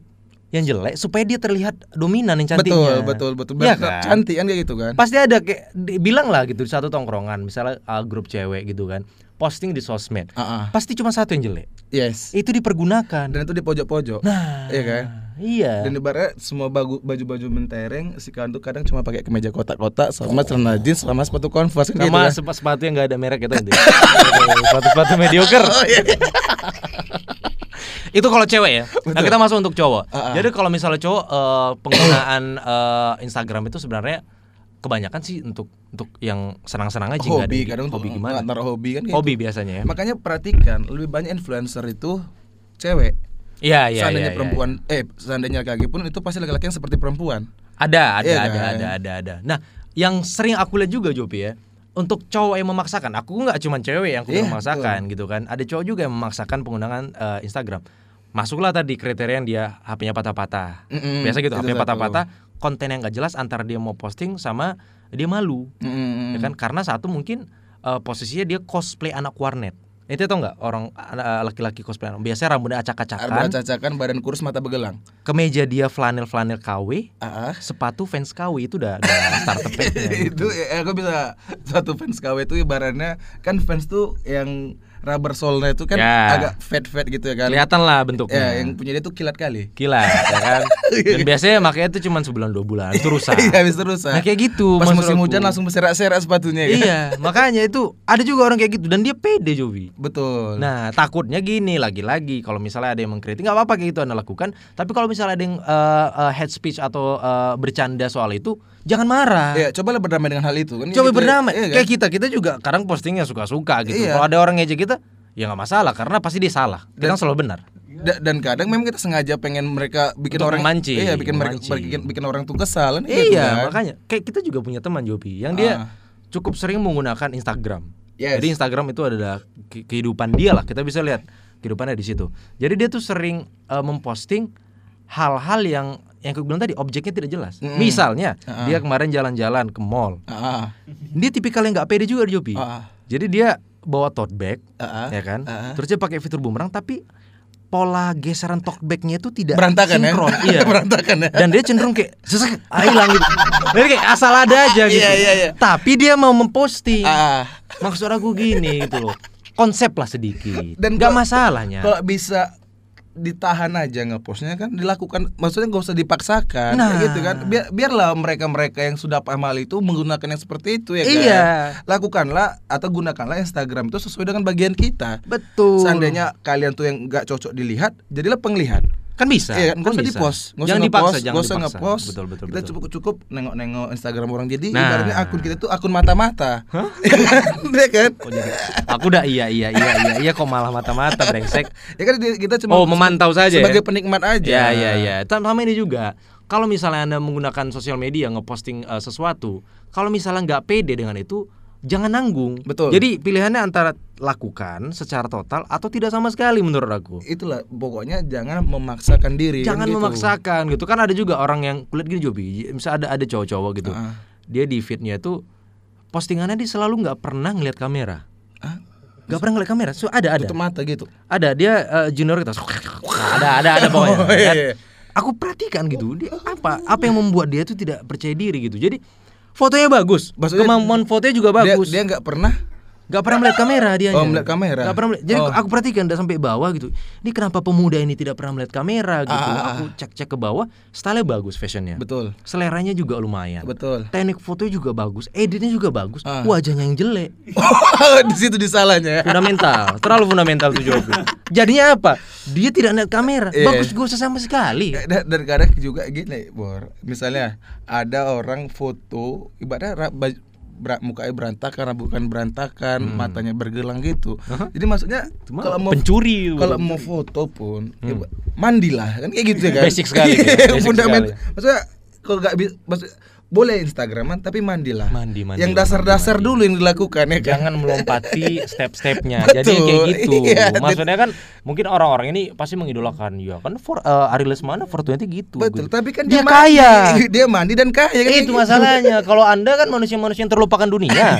Speaker 2: yang jelek supaya dia terlihat dominan yang
Speaker 1: kan? betul,
Speaker 2: cantiknya.
Speaker 1: betul, betul,
Speaker 2: Iya
Speaker 1: Betul,
Speaker 2: kan?
Speaker 1: Cantik kan kayak gitu kan.
Speaker 2: Pasti ada kayak di- bilang lah gitu di satu tongkrongan, misalnya ah, grup cewek gitu kan, posting di sosmed.
Speaker 1: Ah, ah.
Speaker 2: Pasti cuma satu yang jelek.
Speaker 1: Yes.
Speaker 2: Itu dipergunakan.
Speaker 1: Dan itu di pojok-pojok.
Speaker 2: Nah,
Speaker 1: Iya kan?
Speaker 2: Iya.
Speaker 1: Dan ibaratnya semua bagu- baju-baju mentereng si kawan tuh kadang cuma pakai kemeja kotak-kotak sama celana jeans sama sepatu converse kan
Speaker 2: Sama
Speaker 1: gitu kan.
Speaker 2: sepa-
Speaker 1: Oh, iya.
Speaker 2: sepatu ya, yang nggak ada merek itu nanti. Sepatu-sepatu mediocre. Itu kalau cewek ya. Nah,
Speaker 1: Betul.
Speaker 2: kita masuk untuk cowok.
Speaker 1: Uh-uh.
Speaker 2: Jadi kalau misalnya cowok eh, penggunaan eh, Instagram itu sebenarnya kebanyakan sih untuk untuk yang senang-senang aja nggak ada
Speaker 1: hobi
Speaker 2: yang-
Speaker 1: kadang untuk
Speaker 2: hobi gimana?
Speaker 1: ntar hobi kan kayak
Speaker 2: Hobi
Speaker 1: gitu.
Speaker 2: biasanya ya.
Speaker 1: makanya perhatikan lebih banyak influencer itu cewek
Speaker 2: Iya, iya, iya.
Speaker 1: seandainya
Speaker 2: iya.
Speaker 1: perempuan eh seandainya laki-laki pun itu pasti laki-laki yang seperti perempuan
Speaker 2: Ada, ada,
Speaker 1: Iya
Speaker 2: ada,
Speaker 1: kan?
Speaker 2: ada, ada, ada. Nah, yang sering aku lihat juga Jopi ya, untuk cowok yang memaksakan, aku nggak cuma cewek yang aku
Speaker 1: Iya,
Speaker 2: memaksakan gitu kan. Ada cowok juga yang memaksakan penggunaan eh, Instagram. Masuklah tadi kriteria yang dia HP-nya patah-patah.
Speaker 1: Mm-mm,
Speaker 2: Biasa
Speaker 1: itu
Speaker 2: gitu, HP
Speaker 1: satu.
Speaker 2: patah-patah, konten yang nggak jelas antara dia mau posting sama dia malu.
Speaker 1: Mm-mm.
Speaker 2: Ya kan? Karena satu mungkin eh, posisinya dia cosplay anak warnet. Itu tau nggak orang eh, laki-laki cosplay anak. Biasanya rambutnya
Speaker 1: Arba
Speaker 2: acak-acakan,
Speaker 1: cacakan badan kurus mata begelang
Speaker 2: kemeja dia flanel-flanel KW,
Speaker 1: ah ah.
Speaker 2: Eh, sepatu fans KW itu udah, udah starter pack-nya
Speaker 1: itu
Speaker 2: gitu.
Speaker 1: eh, aku bisa satu fans KW itu ibaratnya kan fans tuh yang rubber sole-nya itu kan
Speaker 2: Ya.
Speaker 1: agak fat fat gitu ya kan
Speaker 2: kelihatan lah bentuknya
Speaker 1: ya yang punya dia tuh kilat kali
Speaker 2: gila ya kan dan biasanya makanya itu cuma sebulan dua bulan itu rusak
Speaker 1: Iya, habis terus
Speaker 2: nah kayak gitu
Speaker 1: pas
Speaker 2: maksud
Speaker 1: musim
Speaker 2: aku.
Speaker 1: hujan langsung berserak-serak sepatunya kan?
Speaker 2: iya makanya itu ada juga orang kayak gitu dan dia pede Jovi
Speaker 1: betul
Speaker 2: Nah takutnya gini lagi-lagi kalau misalnya ada yang mengkritik nggak apa-apa kayak gitu anda lakukan tapi kalau misalnya ada yang eh, eh, head speech atau eh, bercanda soal itu jangan marah
Speaker 1: ya cobalah berdamai dengan hal itu kan
Speaker 2: Nah. coba
Speaker 1: gitu ya.
Speaker 2: bernama
Speaker 1: Iya kan?
Speaker 2: kayak kita kita juga kadang postingnya suka-suka gitu
Speaker 1: Iya. Iya.
Speaker 2: kalau ada orang ngejek kita ya nggak masalah karena pasti dia salah dia kan selalu benar
Speaker 1: Da- dan kadang memang kita sengaja pengen mereka bikin
Speaker 2: Untuk
Speaker 1: orang
Speaker 2: memancing,
Speaker 1: iya bikin mereka
Speaker 2: memancing.
Speaker 1: bikin, bikin orang tuh kesal kan gitu
Speaker 2: Iya,
Speaker 1: kan.
Speaker 2: makanya kayak kita juga punya teman Jopi yang
Speaker 1: Ah.
Speaker 2: dia cukup sering menggunakan Instagram.
Speaker 1: Yes.
Speaker 2: Jadi Instagram itu adalah ke- kehidupan dia lah, kita bisa lihat kehidupannya di situ. Jadi dia tuh sering eh, memposting hal-hal yang yang aku bilang tadi objeknya tidak jelas.
Speaker 1: Mm-mm.
Speaker 2: Misalnya
Speaker 1: Ah.
Speaker 2: dia kemarin jalan-jalan ke mall.
Speaker 1: Ah, ah,
Speaker 2: Dia tipikal yang nggak pede juga Jopi.
Speaker 1: Ah.
Speaker 2: Jadi dia bawa tote bag,
Speaker 1: Ah.
Speaker 2: ya kan?
Speaker 1: Ah.
Speaker 2: Terus dia pakai fitur bumerang tapi pola geseran tote bagnya itu tidak
Speaker 1: berantakan ya
Speaker 2: sinkron. Iya
Speaker 1: berantakan ya
Speaker 2: dan dia cenderung kayak sesek ah, hilang gitu jadi kayak asal ada aja gitu
Speaker 1: Iya, iya, iya.
Speaker 2: tapi dia mau memposting
Speaker 1: Ah.
Speaker 2: maksud aku gini gitu loh konsep lah sedikit
Speaker 1: Dan
Speaker 2: dan nggak
Speaker 1: kalau-
Speaker 2: masalahnya
Speaker 1: kalau bisa ditahan aja ngepostnya kan dilakukan maksudnya nggak usah dipaksakan
Speaker 2: Nah.
Speaker 1: kayak gitu kan biar biarlah mereka mereka yang sudah paham hal itu menggunakan yang seperti itu ya kan
Speaker 2: Iya.
Speaker 1: lakukanlah atau gunakanlah Instagram itu sesuai dengan bagian kita
Speaker 2: betul
Speaker 1: seandainya kalian tuh yang nggak cocok dilihat jadilah penglihat
Speaker 2: kan bisa
Speaker 1: Iya,
Speaker 2: kan
Speaker 1: nggak usah
Speaker 2: bisa.
Speaker 1: di-post, nggak usah
Speaker 2: jangan
Speaker 1: nge-post,
Speaker 2: dipaksa jangan
Speaker 1: nggak usah
Speaker 2: dipaksa
Speaker 1: nge-post.
Speaker 2: betul betul
Speaker 1: Kita
Speaker 2: betul.
Speaker 1: cukup cukup nengok-nengok Instagram orang jadi
Speaker 2: Nah.
Speaker 1: ibaratnya akun kita tuh akun mata-mata. Iya kan? Iya kan?
Speaker 2: Kok Oh, jadi- aku udah iya iya iya iya iya kok malah mata-mata brengsek
Speaker 1: Ya kan dia- kita cuma
Speaker 2: Oh, memantau saja ya?
Speaker 1: sebagai penikmat aja.
Speaker 2: Ya ya ya. Tam- Sama ini juga. Kalau misalnya anda menggunakan sosial media ngeposting eh, sesuatu, kalau misalnya nggak pede dengan itu, jangan nanggung.
Speaker 1: Betul.
Speaker 2: Jadi pilihannya antara lakukan secara total atau tidak sama sekali menurut aku.
Speaker 1: Itulah pokoknya jangan memaksakan diri. kan
Speaker 2: Jangan
Speaker 1: gitu.
Speaker 2: memaksakan gitu. Kan ada juga orang yang kulit gini Jobi. Misal ada ada cowok-cowok gitu.
Speaker 1: Ah.
Speaker 2: Dia di feednya itu postingannya dia selalu nggak pernah ngeliat kamera.
Speaker 1: Ah,
Speaker 2: Nggak pernah ngeliat kamera. So, ada ada.
Speaker 1: tutup mata gitu.
Speaker 2: Ada dia eh, junior kita. Ada ada ada pokoknya. kan?
Speaker 1: Oh, iya, iya.
Speaker 2: Aku perhatikan gitu. Dia apa apa yang membuat dia tuh tidak percaya diri gitu. Jadi fotonya bagus.
Speaker 1: Maksudnya
Speaker 2: kemampuan fotonya juga bagus.
Speaker 1: Dia dia nggak pernah
Speaker 2: Gak pernah melihat kamera dia.
Speaker 1: Oh, melihat kamera.
Speaker 2: Gak pernah melihat. Jadi
Speaker 1: Oh.
Speaker 2: aku perhatikan udah sampai bawah gitu. Ini kenapa pemuda ini tidak pernah melihat kamera gitu.
Speaker 1: Ah, ah,
Speaker 2: Aku cek-cek ke bawah, style bagus fashionnya.
Speaker 1: betul.
Speaker 2: Seleranya juga lumayan.
Speaker 1: Betul.
Speaker 2: Teknik fotonya juga bagus, editnya juga bagus.
Speaker 1: Ah.
Speaker 2: Wajahnya yang jelek
Speaker 1: di situ disalahnya ya.
Speaker 2: fundamental terlalu fundamental tuh Jovi jadinya apa dia tidak net kamera
Speaker 1: Iya.
Speaker 2: bagus gue usah sama sekali
Speaker 1: Eh, dan, dan kadang juga gini bor misalnya ada orang foto ibaratnya ra- baj- bra- mukanya berantakan bukan berantakan
Speaker 2: Hmm.
Speaker 1: matanya bergelang gitu jadi maksudnya
Speaker 2: Cuma
Speaker 1: kalau mau
Speaker 2: pencuri itu.
Speaker 1: kalau mau foto pun iba- mandilah kan kayak gitu ya kan
Speaker 2: Basic sekali, ya.
Speaker 1: Iya,
Speaker 2: Basic
Speaker 1: fundament
Speaker 2: sekali.
Speaker 1: maksudnya kalau nggak bisa boleh instagraman tapi mandilah
Speaker 2: Mandi, mandi,
Speaker 1: yang dasar-dasar
Speaker 2: mandi,
Speaker 1: dulu yang dilakukan ya kan?
Speaker 2: jangan melompati step-stepnya
Speaker 1: Betul,
Speaker 2: jadi kayak gitu
Speaker 1: iya.
Speaker 2: maksudnya kan mungkin orang-orang ini pasti mengidolakan ya kan for eh, Ari Lesmana Fortuny gitu
Speaker 1: betul
Speaker 2: gitu.
Speaker 1: tapi kan
Speaker 2: dia,
Speaker 1: mandi.
Speaker 2: kaya
Speaker 1: dia mandi dan kaya kan kayak gitu.
Speaker 2: itu masalahnya kalau anda kan manusia-manusia yang terlupakan dunia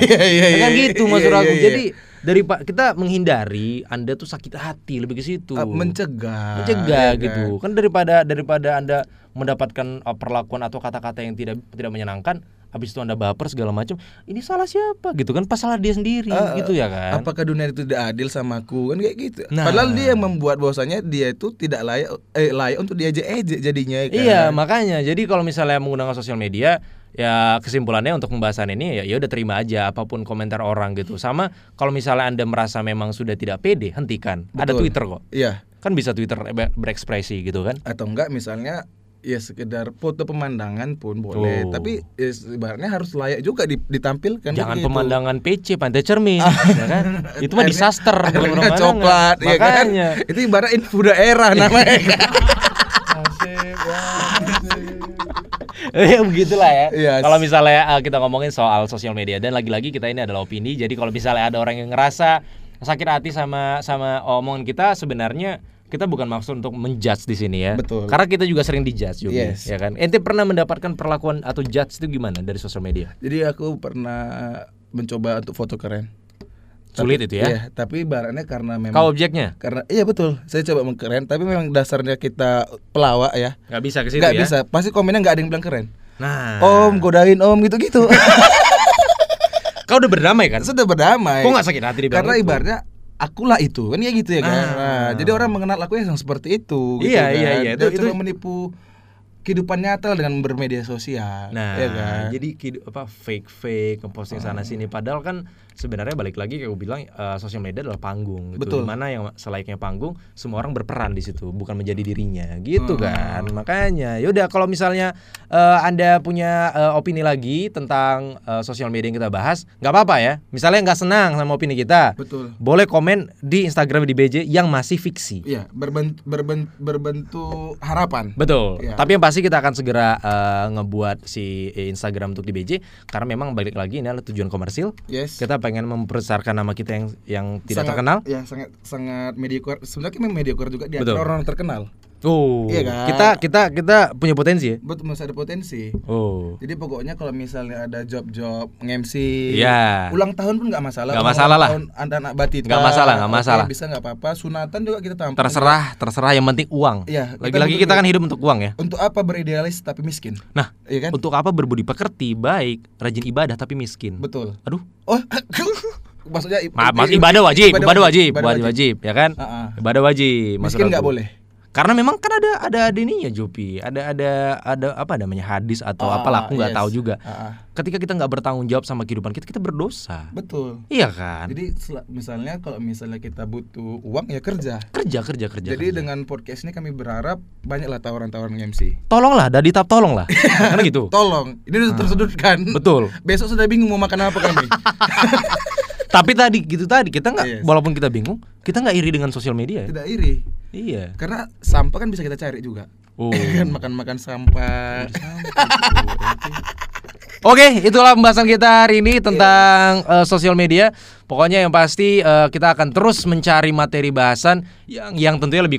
Speaker 1: Iya, iya,
Speaker 2: Ya kan
Speaker 1: iya,
Speaker 2: gitu
Speaker 1: iya,
Speaker 2: maksud
Speaker 1: iya,
Speaker 2: aku
Speaker 1: iya.
Speaker 2: jadi dari pak kita menghindari anda tuh sakit hati lebih ke situ
Speaker 1: Ah, mencegah
Speaker 2: mencegah
Speaker 1: ya kan?
Speaker 2: gitu kan daripada daripada anda mendapatkan uh, perlakuan atau kata-kata yang tidak tidak menyenangkan habis itu anda baper segala macam ini salah siapa gitu kan pas salah dia sendiri
Speaker 1: Ah,
Speaker 2: gitu ya kan
Speaker 1: apakah dunia itu tidak adil sama aku kan kayak gitu
Speaker 2: Nah.
Speaker 1: padahal dia yang membuat bahwasanya dia itu tidak layak eh, layak untuk diajak ejek jadinya ya kan?
Speaker 2: iya makanya jadi kalau misalnya menggunakan sosial media ya kesimpulannya untuk pembahasan ini ya ya udah terima aja apapun komentar orang gitu sama kalau misalnya anda merasa memang sudah tidak pede hentikan ada
Speaker 1: Betul.
Speaker 2: twitter kok
Speaker 1: iya
Speaker 2: Kan bisa Twitter ber- berekspresi gitu kan?
Speaker 1: atau enggak misalnya ya sekedar foto pemandangan pun boleh
Speaker 2: Oh.
Speaker 1: tapi ya, sebenarnya harus layak juga di- ditampilkan gitu.
Speaker 2: Jangan
Speaker 1: begitu.
Speaker 2: pemandangan PC pantai cermin,
Speaker 1: Ah.
Speaker 2: ya kan? Itu mah disaster bukan
Speaker 1: Airnya
Speaker 2: pemandangan.
Speaker 1: coklat ya kan
Speaker 2: Makanya.
Speaker 1: itu ibarat info daerah namanya ya kan?
Speaker 3: Asik, ya, asik.
Speaker 2: ya begitulah ya.
Speaker 1: Yes.
Speaker 2: Kalau misalnya eh, kita ngomongin soal sosial media dan lagi-lagi kita ini adalah opini. Jadi kalau misalnya ada orang yang ngerasa sakit hati sama sama omongan kita sebenarnya kita bukan maksud untuk menjudge di sini ya.
Speaker 1: Betul.
Speaker 2: Karena kita juga sering dijudge juga
Speaker 1: Yes.
Speaker 2: ya kan. Ente pernah mendapatkan perlakuan atau judge itu gimana dari sosial media?
Speaker 1: jadi aku pernah mencoba untuk foto keren
Speaker 2: Sulit itu ya.
Speaker 1: Iya, tapi ibaratnya karena memang
Speaker 2: Kau objeknya?
Speaker 1: karena iya betul saya coba mengkeren tapi memang dasarnya kita pelawak ya
Speaker 2: nggak bisa ke situ
Speaker 1: nggak
Speaker 2: ya.
Speaker 1: bisa Oh. pasti komennya nggak ada yang bilang keren
Speaker 2: Nah,
Speaker 1: om godain om gitu gitu
Speaker 2: kau udah berdamai kan?
Speaker 1: sudah berdamai
Speaker 2: Kok nggak sakit hati dibilang
Speaker 1: karena
Speaker 2: itu?
Speaker 1: ibaratnya akulah itu kan ya gitu ya kan
Speaker 2: Ah.
Speaker 1: Nah, jadi orang mengenal aku yang seperti itu gitu
Speaker 2: Iya,
Speaker 1: kan.
Speaker 2: iya, iya.
Speaker 1: Dia
Speaker 2: Itu-
Speaker 1: coba
Speaker 2: itu-
Speaker 1: menipu kehidupan nyata dengan bermedia sosial
Speaker 2: Nah,
Speaker 1: ya kan
Speaker 2: jadi kid- apa fake fake ngeposting sana sini padahal kan sebenarnya balik lagi kayak gue bilang eh, sosial media adalah panggung gitu.
Speaker 1: Betul.
Speaker 2: Dimana yang selayaknya panggung semua orang berperan di situ bukan menjadi dirinya gitu
Speaker 1: Hmm.
Speaker 2: kan. Makanya yaudah kalau misalnya eh, Anda punya eh, opini lagi tentang eh, sosial media yang kita bahas, nggak apa-apa ya. Misalnya nggak senang sama opini kita,
Speaker 1: betul
Speaker 2: boleh komen di Instagram di BJ yang masih fiksi.
Speaker 1: iya berben- berben- berbentuk harapan
Speaker 2: Betul.
Speaker 1: Iya.
Speaker 2: Tapi yang pasti kita akan segera eh, ngebuat si Instagram untuk di BJ karena memang balik lagi ini adalah tujuan komersil.
Speaker 1: yes
Speaker 2: Kita pengen membesarkan nama kita yang yang tidak
Speaker 1: Sangat-
Speaker 2: terkenal.
Speaker 1: ya sangat sangat mediocre sebenarnya memang mediocre juga di
Speaker 2: Betul.
Speaker 1: antara orang terkenal
Speaker 2: Oh.
Speaker 1: Iya kan?
Speaker 2: Kita kita kita punya potensi ya.
Speaker 1: betul masih ada potensi
Speaker 2: Oh.
Speaker 1: jadi pokoknya kalau misalnya ada job-job nge-MC
Speaker 2: Iya.
Speaker 1: ulang tahun pun nggak masalah
Speaker 2: Nggak
Speaker 1: Ulang
Speaker 2: masalah lah.
Speaker 1: tahun anak-anak batita
Speaker 2: Nggak masalah, nggak
Speaker 1: oke,
Speaker 2: masalah.
Speaker 1: bisa nggak apa-apa sunatan juga kita tampung
Speaker 2: Terserah, terserah yang penting uang.
Speaker 1: Iya, kita
Speaker 2: Lagi-lagi
Speaker 1: butuh
Speaker 2: kita
Speaker 1: duit.
Speaker 2: kan hidup untuk uang ya.
Speaker 1: untuk apa beridealis tapi miskin
Speaker 2: Nah,
Speaker 1: iya kan
Speaker 2: untuk apa berbudi pekerti baik, rajin ibadah tapi miskin.
Speaker 1: betul
Speaker 2: Aduh.
Speaker 1: oh maksudnya i-
Speaker 2: Maaf,
Speaker 1: i-
Speaker 2: maaf, ibadah wajib,
Speaker 1: Iya, ibadah
Speaker 2: ibadah wajib,
Speaker 1: ibadah
Speaker 2: ibadah wajib, ya kan?
Speaker 1: Ah, ah.
Speaker 2: Ibadah wajib. maksud
Speaker 1: miskin
Speaker 2: aku.
Speaker 1: nggak boleh
Speaker 2: Karena memang kan ada ada ada ininya Jopi, ada ada ada apa namanya hadis atau
Speaker 1: Ah,
Speaker 2: apalah aku nggak
Speaker 1: yes.
Speaker 2: tahu juga.
Speaker 1: Ah, ah.
Speaker 2: Ketika kita nggak bertanggung jawab sama kehidupan kita, kita berdosa.
Speaker 1: betul
Speaker 2: Iya kan?
Speaker 1: jadi sel- misalnya kalau misalnya kita butuh uang ya kerja
Speaker 2: kerja kerja kerja.
Speaker 1: Jadi
Speaker 2: kerja.
Speaker 1: dengan podcast ini kami berharap banyaklah tawaran-tawaran MC.
Speaker 2: tolonglah, dari tap tolonglah, kan gitu.
Speaker 1: Tolong, ini sudah tersudutkan.
Speaker 2: Betul.
Speaker 1: Besok sudah bingung mau makan apa kan, kami.
Speaker 2: Tapi tadi gitu tadi kita nggak,
Speaker 1: Yes.
Speaker 2: walaupun kita bingung, kita nggak iri dengan sosial media. ya?
Speaker 1: Tidak iri,
Speaker 2: Iya.
Speaker 1: karena sampah kan bisa kita cari juga.
Speaker 2: Oh.
Speaker 1: kan makan-makan sampah.
Speaker 2: Oke, itulah pembahasan kita hari ini tentang eh, sosial media. Pokoknya yang pasti eh, kita akan terus mencari materi bahasan yang yang tentunya lebih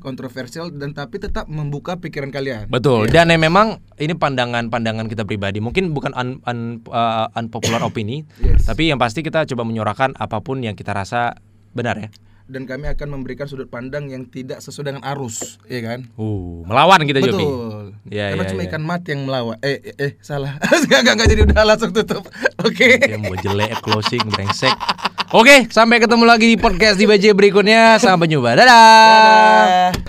Speaker 1: kontroversial dan tapi tetap membuka pikiran kalian.
Speaker 2: Betul. Dan yang memang ini pandangan-pandangan kita pribadi. Mungkin bukan un, un- uh, unpopular opini,
Speaker 1: Yes.
Speaker 2: tapi yang pasti kita coba menyuarakan apapun yang kita rasa benar ya.
Speaker 1: Dan kami akan memberikan sudut pandang yang tidak sesuai dengan arus, ya kan?
Speaker 2: Uh, melawan kita Jopi.
Speaker 1: Betul.
Speaker 2: Ya,
Speaker 1: Karena
Speaker 2: ya,
Speaker 1: cuma
Speaker 2: ya.
Speaker 1: ikan mati yang melawat. Eh, eh, eh salah. Enggak, enggak, enggak, jadi udah langsung tutup. Oke.
Speaker 2: Dia mau Iya, jelek closing brengsek. Oke, sampai ketemu lagi di podcast di BJ berikutnya. Sampai jumpa. Dadah.
Speaker 1: Dadah.